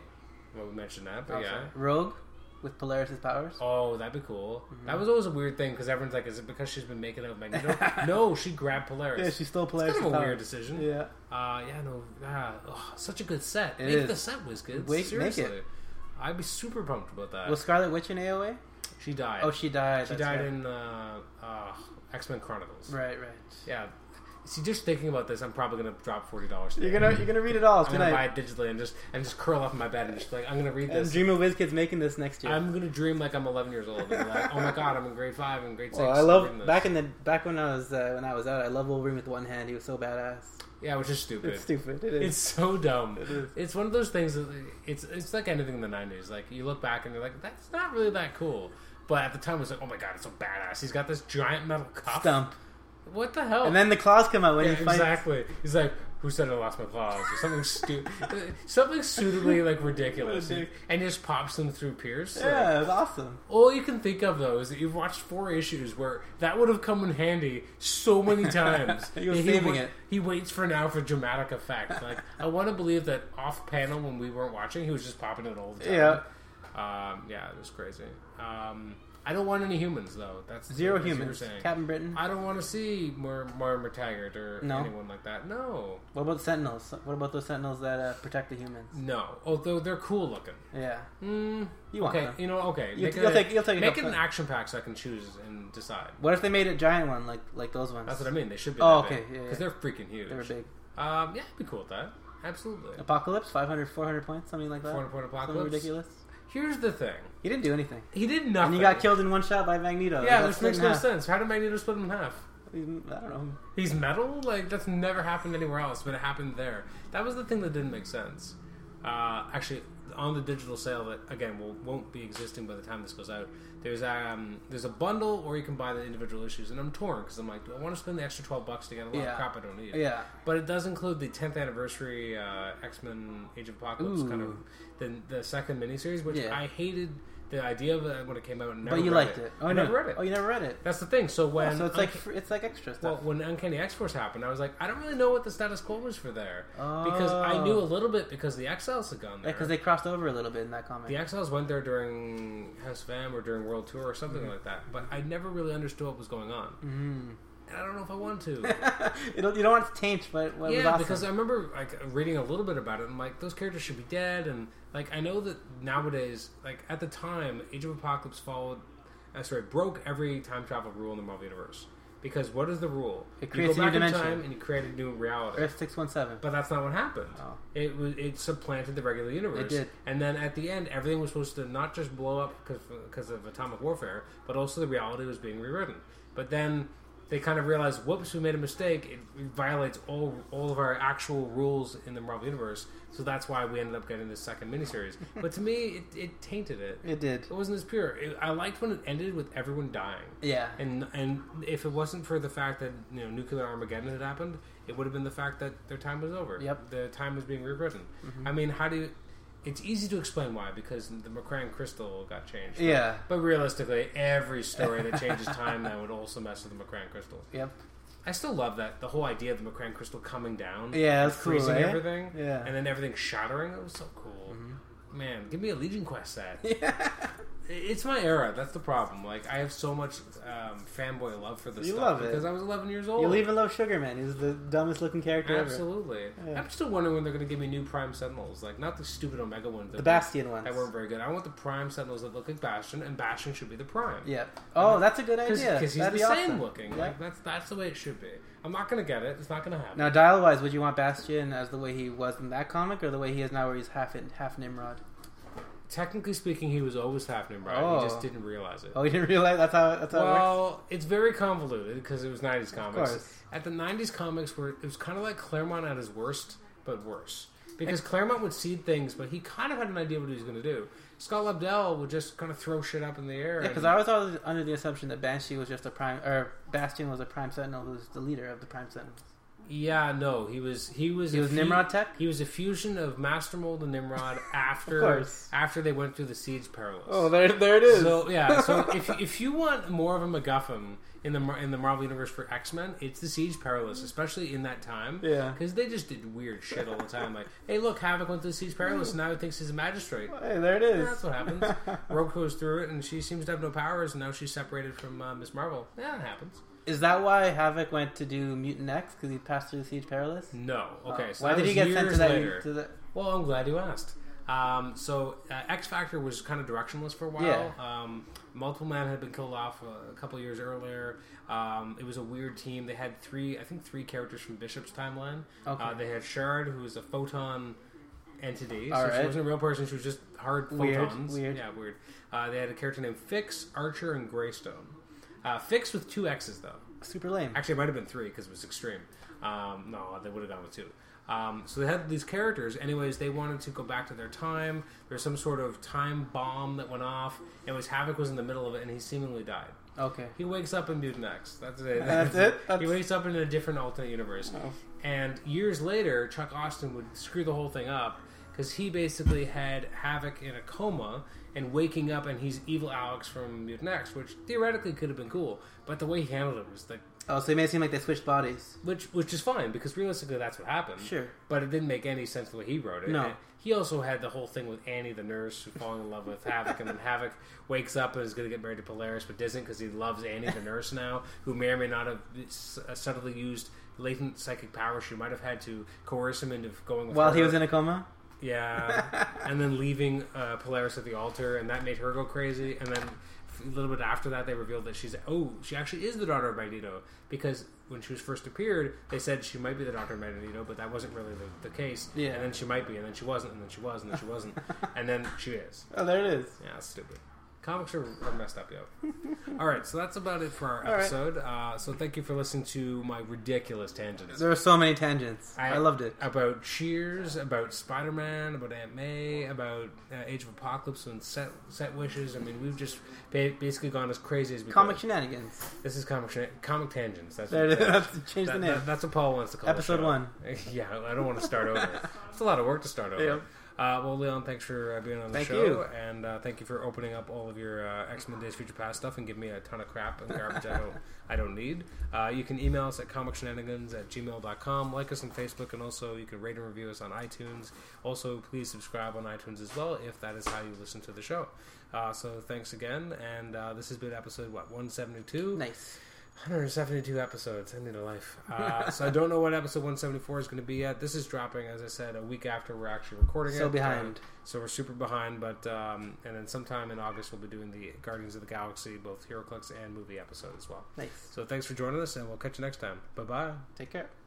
S1: Well, we mentioned that, but
S2: also.
S1: Oh, yeah.
S2: Rogue with Polaris' powers.
S1: Oh, that'd be cool.
S2: Mm-hmm.
S1: That was always a weird thing because everyone's like, "Is it because she's been making out with Magneto?" no, she grabbed Polaris.
S2: Yeah, she stole
S1: It's
S2: Polaris'
S1: kind of a
S2: powers.
S1: weird decision.
S2: Yeah.
S1: Uh, yeah, no, ah, ugh, such a good set.
S2: It
S1: Maybe
S2: is.
S1: the set was good.
S2: Wait, make
S1: Seriously,
S2: it.
S1: I'd be super pumped about that.
S2: Was Scarlet Witch in AOA?
S1: she died.
S2: Oh, she died.
S1: Uh, She
S2: That's
S1: died
S2: right.
S1: in uh, uh, X Men Chronicles.
S2: Right, right.
S1: Yeah. See, just thinking about this, I'm probably gonna drop forty dollars.
S2: You're gonna you're gonna read it all
S1: I'm gonna buy
S2: tonight.
S1: it digitally and just and just curl up in my bed and just be like I'm gonna read
S2: And
S1: this.
S2: Dream of WizKids making this next year.
S1: I'm gonna dream like I'm 11 years old. And be like, oh my god, I'm in grade five and grade six.
S2: well, I
S1: reading
S2: love
S1: this.
S2: back in the back when I was uh, when I was out. I love Wolverine with one hand. He was so badass.
S1: Yeah, which is stupid.
S2: It's stupid. It is.
S1: It's so dumb.
S2: It is.
S1: It's one of those things that it's it's like anything in the '90s. Like you look back and you're like, that's not really that cool. But at the time, it was like, oh my god, it's so badass. He's got this giant metal cuff.
S2: stump.
S1: What the hell?
S2: And then the claws come out when
S1: Oh. yeah,
S2: he fights.
S1: exactly. He's like, who said I lost my claws? Or something stupid, something suitably like ridiculous,
S2: What a dick.
S1: and he just pops them through Pierce. Like,
S2: Yeah, it was awesome.
S1: all you can think of though is that you've watched four issues where that would have come in handy so many times.
S2: He was
S1: And
S2: saving
S1: wa-
S2: it.
S1: He waits for now for dramatic effect. Like I want to believe that off panel when we weren't watching, he was just popping it all the time.
S2: Yeah.
S1: um, yeah, it was crazy. Um, I don't want any humans though. That's
S2: Zero
S1: that's what you were
S2: humans.
S1: saying.
S2: Captain Britain.
S1: I don't want to see more more McTaggart or
S2: No.
S1: anyone like that. No,
S2: What about the Sentinels? What about those Sentinels that uh, protect the humans?
S1: no. Although they're cool looking.
S2: Yeah,
S1: Mm,
S2: you want
S1: okay,
S2: them.
S1: you know, okay.
S2: You-
S1: make
S2: you'll
S1: it a-
S2: take- you'll take a
S1: make it
S2: couple.
S1: an action pack so I can choose and decide.
S2: What if they made a giant one like like those ones?
S1: That's what I mean. They should be.
S2: Oh,
S1: that
S2: okay,
S1: big,
S2: yeah, yeah.
S1: they're freaking huge.
S2: They were big.
S1: Um, yeah, I'd be cool with that. Absolutely.
S2: Apocalypse, 500, 400 points, something like that.
S1: 400 point
S2: Something
S1: apocalypse.
S2: ridiculous.
S1: Here's the thing.
S2: He didn't do anything.
S1: He did nothing.
S2: And he got killed in one shot by Magneto.
S1: Yeah,
S2: That's
S1: which makes
S2: split in
S1: no
S2: half.
S1: sense. How did Magneto split him in half?
S2: He's- I don't know.
S1: He's metal. Like that's never happened anywhere else, but it happened there. That was the thing that didn't make sense. Uh, actually, on the digital sale that again will, won't be existing by the time this goes out. There's um there's a bundle, or you can buy the individual issues. And I'm torn because I'm like, do I want to spend the extra twelve bucks to get a lot
S2: Yeah.
S1: of crap I don't need?
S2: Yeah.
S1: But it does include the 10th anniversary uh, X Men Age of Apocalypse
S2: Ooh.
S1: kind of the, the second miniseries, which
S2: Yeah.
S1: I hated the idea of it when it came out. And never
S2: but you
S1: read
S2: liked it.
S1: I
S2: no.
S1: never read it.
S2: Oh, you never read it.
S1: That's the thing. So when
S2: Oh, so it's
S1: Unca-
S2: like fr- it's like extra
S1: well,
S2: stuff.
S1: when Uncanny X Force happened, I was like, I don't really know what the status quo was for there because I knew a
S2: Oh.
S1: little bit because the XLs had gone there.
S2: because they crossed over a little bit in that comic.
S1: the XLs went there during House of M or during World Tour or
S2: Mm-hmm.
S1: something like that, but I never really understood what was going on,
S2: Mm.
S1: and I don't know if I want to.
S2: It'll, you don't want it to taint, but what was
S1: yeah,
S2: awesome.
S1: because I remember like reading a little bit about it, and like those characters should be dead, and like I know that nowadays, like at the time, Age of Apocalypse followed, uh, sorry, broke every time travel rule in the Marvel universe. Because what is the rule?
S2: It creates a new dimension.
S1: in time and you create a new reality.
S2: Earth six one seven.
S1: But that's not what happened.
S2: Oh.
S1: It was it supplanted the regular universe.
S2: It did.
S1: And then at the end, everything was supposed to not just blow up because of atomic warfare, but also the reality was being rewritten. But then they kind of realize, whoops, we made a mistake. It violates all all of our actual rules in the Marvel universe. So that's why we ended up getting this second miniseries. but to me, it, it tainted it.
S2: It did.
S1: It wasn't as pure. It, I liked when it ended with everyone dying.
S2: Yeah.
S1: And and if it wasn't for the fact that you know nuclear Armageddon had happened, it would have been the fact that their time was over.
S2: Yep. Mm-hmm.
S1: the time was being rewritten. I mean, how do you? It's easy to explain why because the McCrane crystal got changed.
S2: Yeah.
S1: But realistically, every story that changes time that would also mess with the McCrane crystal.
S2: Yep.
S1: I still love that the whole idea of the McCrane crystal coming down,
S2: Yeah,
S1: and
S2: that's cool,
S1: freezing
S2: eh?
S1: everything,
S2: Yeah. Mm-hmm.
S1: and then everything shattering. It was so cool. Man, give me a Legion Quest set. It's my era. That's the problem. Like I have so much um, fanboy love for this
S2: You
S1: stuff
S2: love it.
S1: because I was 11 years old.
S2: You'll even love Sugar Man. He's the dumbest looking character ever.
S1: Absolutely.
S2: Yeah.
S1: I'm still wondering when they're going to give me new Prime Sentinels. Like not the stupid Omega ones.
S2: The
S1: that-
S2: Bastion ones.
S1: that weren't very good. I want the Prime Sentinels that look like Bastion, and Bastion should be the Prime.
S2: Yep. Oh, that's a good idea.
S1: Because he's
S2: That'd
S1: the
S2: be awesome.
S1: same looking.
S2: Yeah.
S1: Like that's that's the way it should be. I'm not gonna get it. It's not gonna happen.
S2: Now, dial wise, would you want Bastion as the way he was in that comic, or the way he is now, where he's half in, half Nimrod?
S1: Technically speaking, he was always half Nimrod.
S2: Oh.
S1: He just didn't realize it.
S2: Oh, you didn't realize that's how that's how it works.
S1: well, it's very convoluted because it was '90s comics.
S2: course.
S1: At the '90s comics, were it was kind of like Claremont at his worst, but worse. Because Claremont would seed things, but he kind of had an idea what he was going to do. Scott Lobdell would just kind of throw shit up in the air.
S2: Yeah,
S1: and-
S2: because I was always under the assumption that Banshee was just a prime, or Bastion was a prime sentinel who's the leader of the prime sentinels.
S1: Yeah, no, he was he was
S2: He
S1: a
S2: was Nimrod tech?
S1: He was a fusion of Master Mold and Nimrod after
S2: course. Oh,
S1: after they went through the siege perilous.
S2: there, there it
S1: so yeah, so if if you want more of a MacGuffin in the Mar- in the Marvel universe for X Men, it's the siege perilous, especially in that time.
S2: Yeah.
S1: because they just did weird shit all the time. Like, hey, look, Havoc went through the siege perilous, and now he thinks he's a magistrate.
S2: hey, there it
S1: Yeah,
S2: is.
S1: that's what happens. Rogue goes through it, and she seems to have no powers, and now she's separated from uh, Miss Marvel. Yeah, it happens.
S2: Is that why Havoc went to do Mutant X? Because he passed through the Siege Perilous?
S1: No, okay.
S2: Oh.
S1: so
S2: why
S1: that
S2: did he
S1: was
S2: get sent
S1: years
S2: to that?
S1: Later.
S2: To the,
S1: Well, I'm glad you asked. Um, so uh, X Factor was kind of directionless for a while.
S2: Yeah.
S1: Um, Multiple Man had been killed off a, a couple years earlier. Um, it was a weird team. They had three, I think, three characters from Bishop's timeline.
S2: Okay.
S1: Uh, they had Shard, who was a photon entity.
S2: All
S1: so
S2: right.
S1: she wasn't a real person. She was just hard
S2: Weird,
S1: photons.
S2: weird.
S1: Yeah, weird. Uh, they had a character named Fix, Archer, and Greystone. Uh, Fix with two X's though.
S2: super lame.
S1: Actually, it might have been three because it was extreme. Um, no, they would have gone with two. Um, so they had these characters. Anyways, they wanted to go back to their time. There was some sort of time bomb that went off. It was Havoc was in the middle of it, and he seemingly died.
S2: Okay.
S1: He wakes up in Mutant X. That's it.
S2: That's it? That's- Oh.
S1: He wakes up in a different alternate universe. And years later, Chuck Austin would screw the whole thing up because he basically had Havoc in a coma and waking up, and he's Evil Alex from Mutant X, which theoretically could have been cool. But the way he handled it was like
S2: Oh, so it made it seem like they switched bodies.
S1: which which is fine because realistically that's what happened.
S2: Sure.
S1: but it didn't make any sense the way he wrote it.
S2: No.
S1: And he also had the whole thing with Annie the nurse who falling in love with Havoc, and then Havoc wakes up and is going to get married to Polaris, but doesn't because he loves Annie the nurse now, who may or may not have s- uh, subtly used latent psychic power she might have had to coerce him into going with
S2: While
S1: her.
S2: he was in a coma?
S1: Yeah, and then leaving uh, Polaris at the altar, and that made her go crazy. And then f- a little bit after that, they revealed that she's oh, she actually is the daughter of Magneto because when she was first appeared, they said she might be the daughter of Magneto, but that wasn't really the, the case.
S2: Yeah.
S1: and then she might be, and then she wasn't, and then she was, and then she wasn't, and then she is.
S2: Oh, there it is.
S1: Yeah, that's stupid. Comics are, are messed up, yo. All right, so that's about it for our
S2: All right.
S1: episode. Uh, so thank you for listening to my ridiculous tangents.
S2: There were so many tangents. I, loved it.
S1: About Cheers, about Spider Man, about Aunt May, about uh, Age of Apocalypse and set, set wishes. I mean, we've just ba- basically gone as crazy as we
S2: Comic
S1: could.
S2: shenanigans.
S1: This is comic shen- comic tangents. That's
S2: There
S1: what
S2: it is.
S1: it is.
S2: That's change the
S1: That-
S2: name.
S1: that- that's what Paul wants to call the
S2: Episode
S1: show.
S2: one.
S1: yeah, I don't want to start over. It's a lot of work to start over.
S2: Yep.
S1: Uh, well, Leon, thanks for uh, being on the
S2: Thank
S1: show,
S2: you.
S1: and uh, thank you for opening up all of your uh, X Men Days Future Past stuff and giving me a ton of crap and garbage I don't I don't need. Uh, you can email us at comicshenanigans at gmail.com. Like us on Facebook, and also you can rate and review us on iTunes. Also, please subscribe on iTunes as well if that is how you listen to the show. Uh, so thanks again, and uh, this has been episode what 172.
S2: nice.
S1: 172 episodes. I need a life. Uh, so I don't know what episode 174 is going to be yet. This is dropping, as I said, a week after we're actually recording it.
S2: So behind.
S1: Um, so we're super behind. But um, and then sometime in August we'll be doing the Guardians of the Galaxy, both HeroClix and movie episode as well.
S2: Nice.
S1: So thanks for joining us, and we'll catch you next time. Bye bye.
S2: Take care.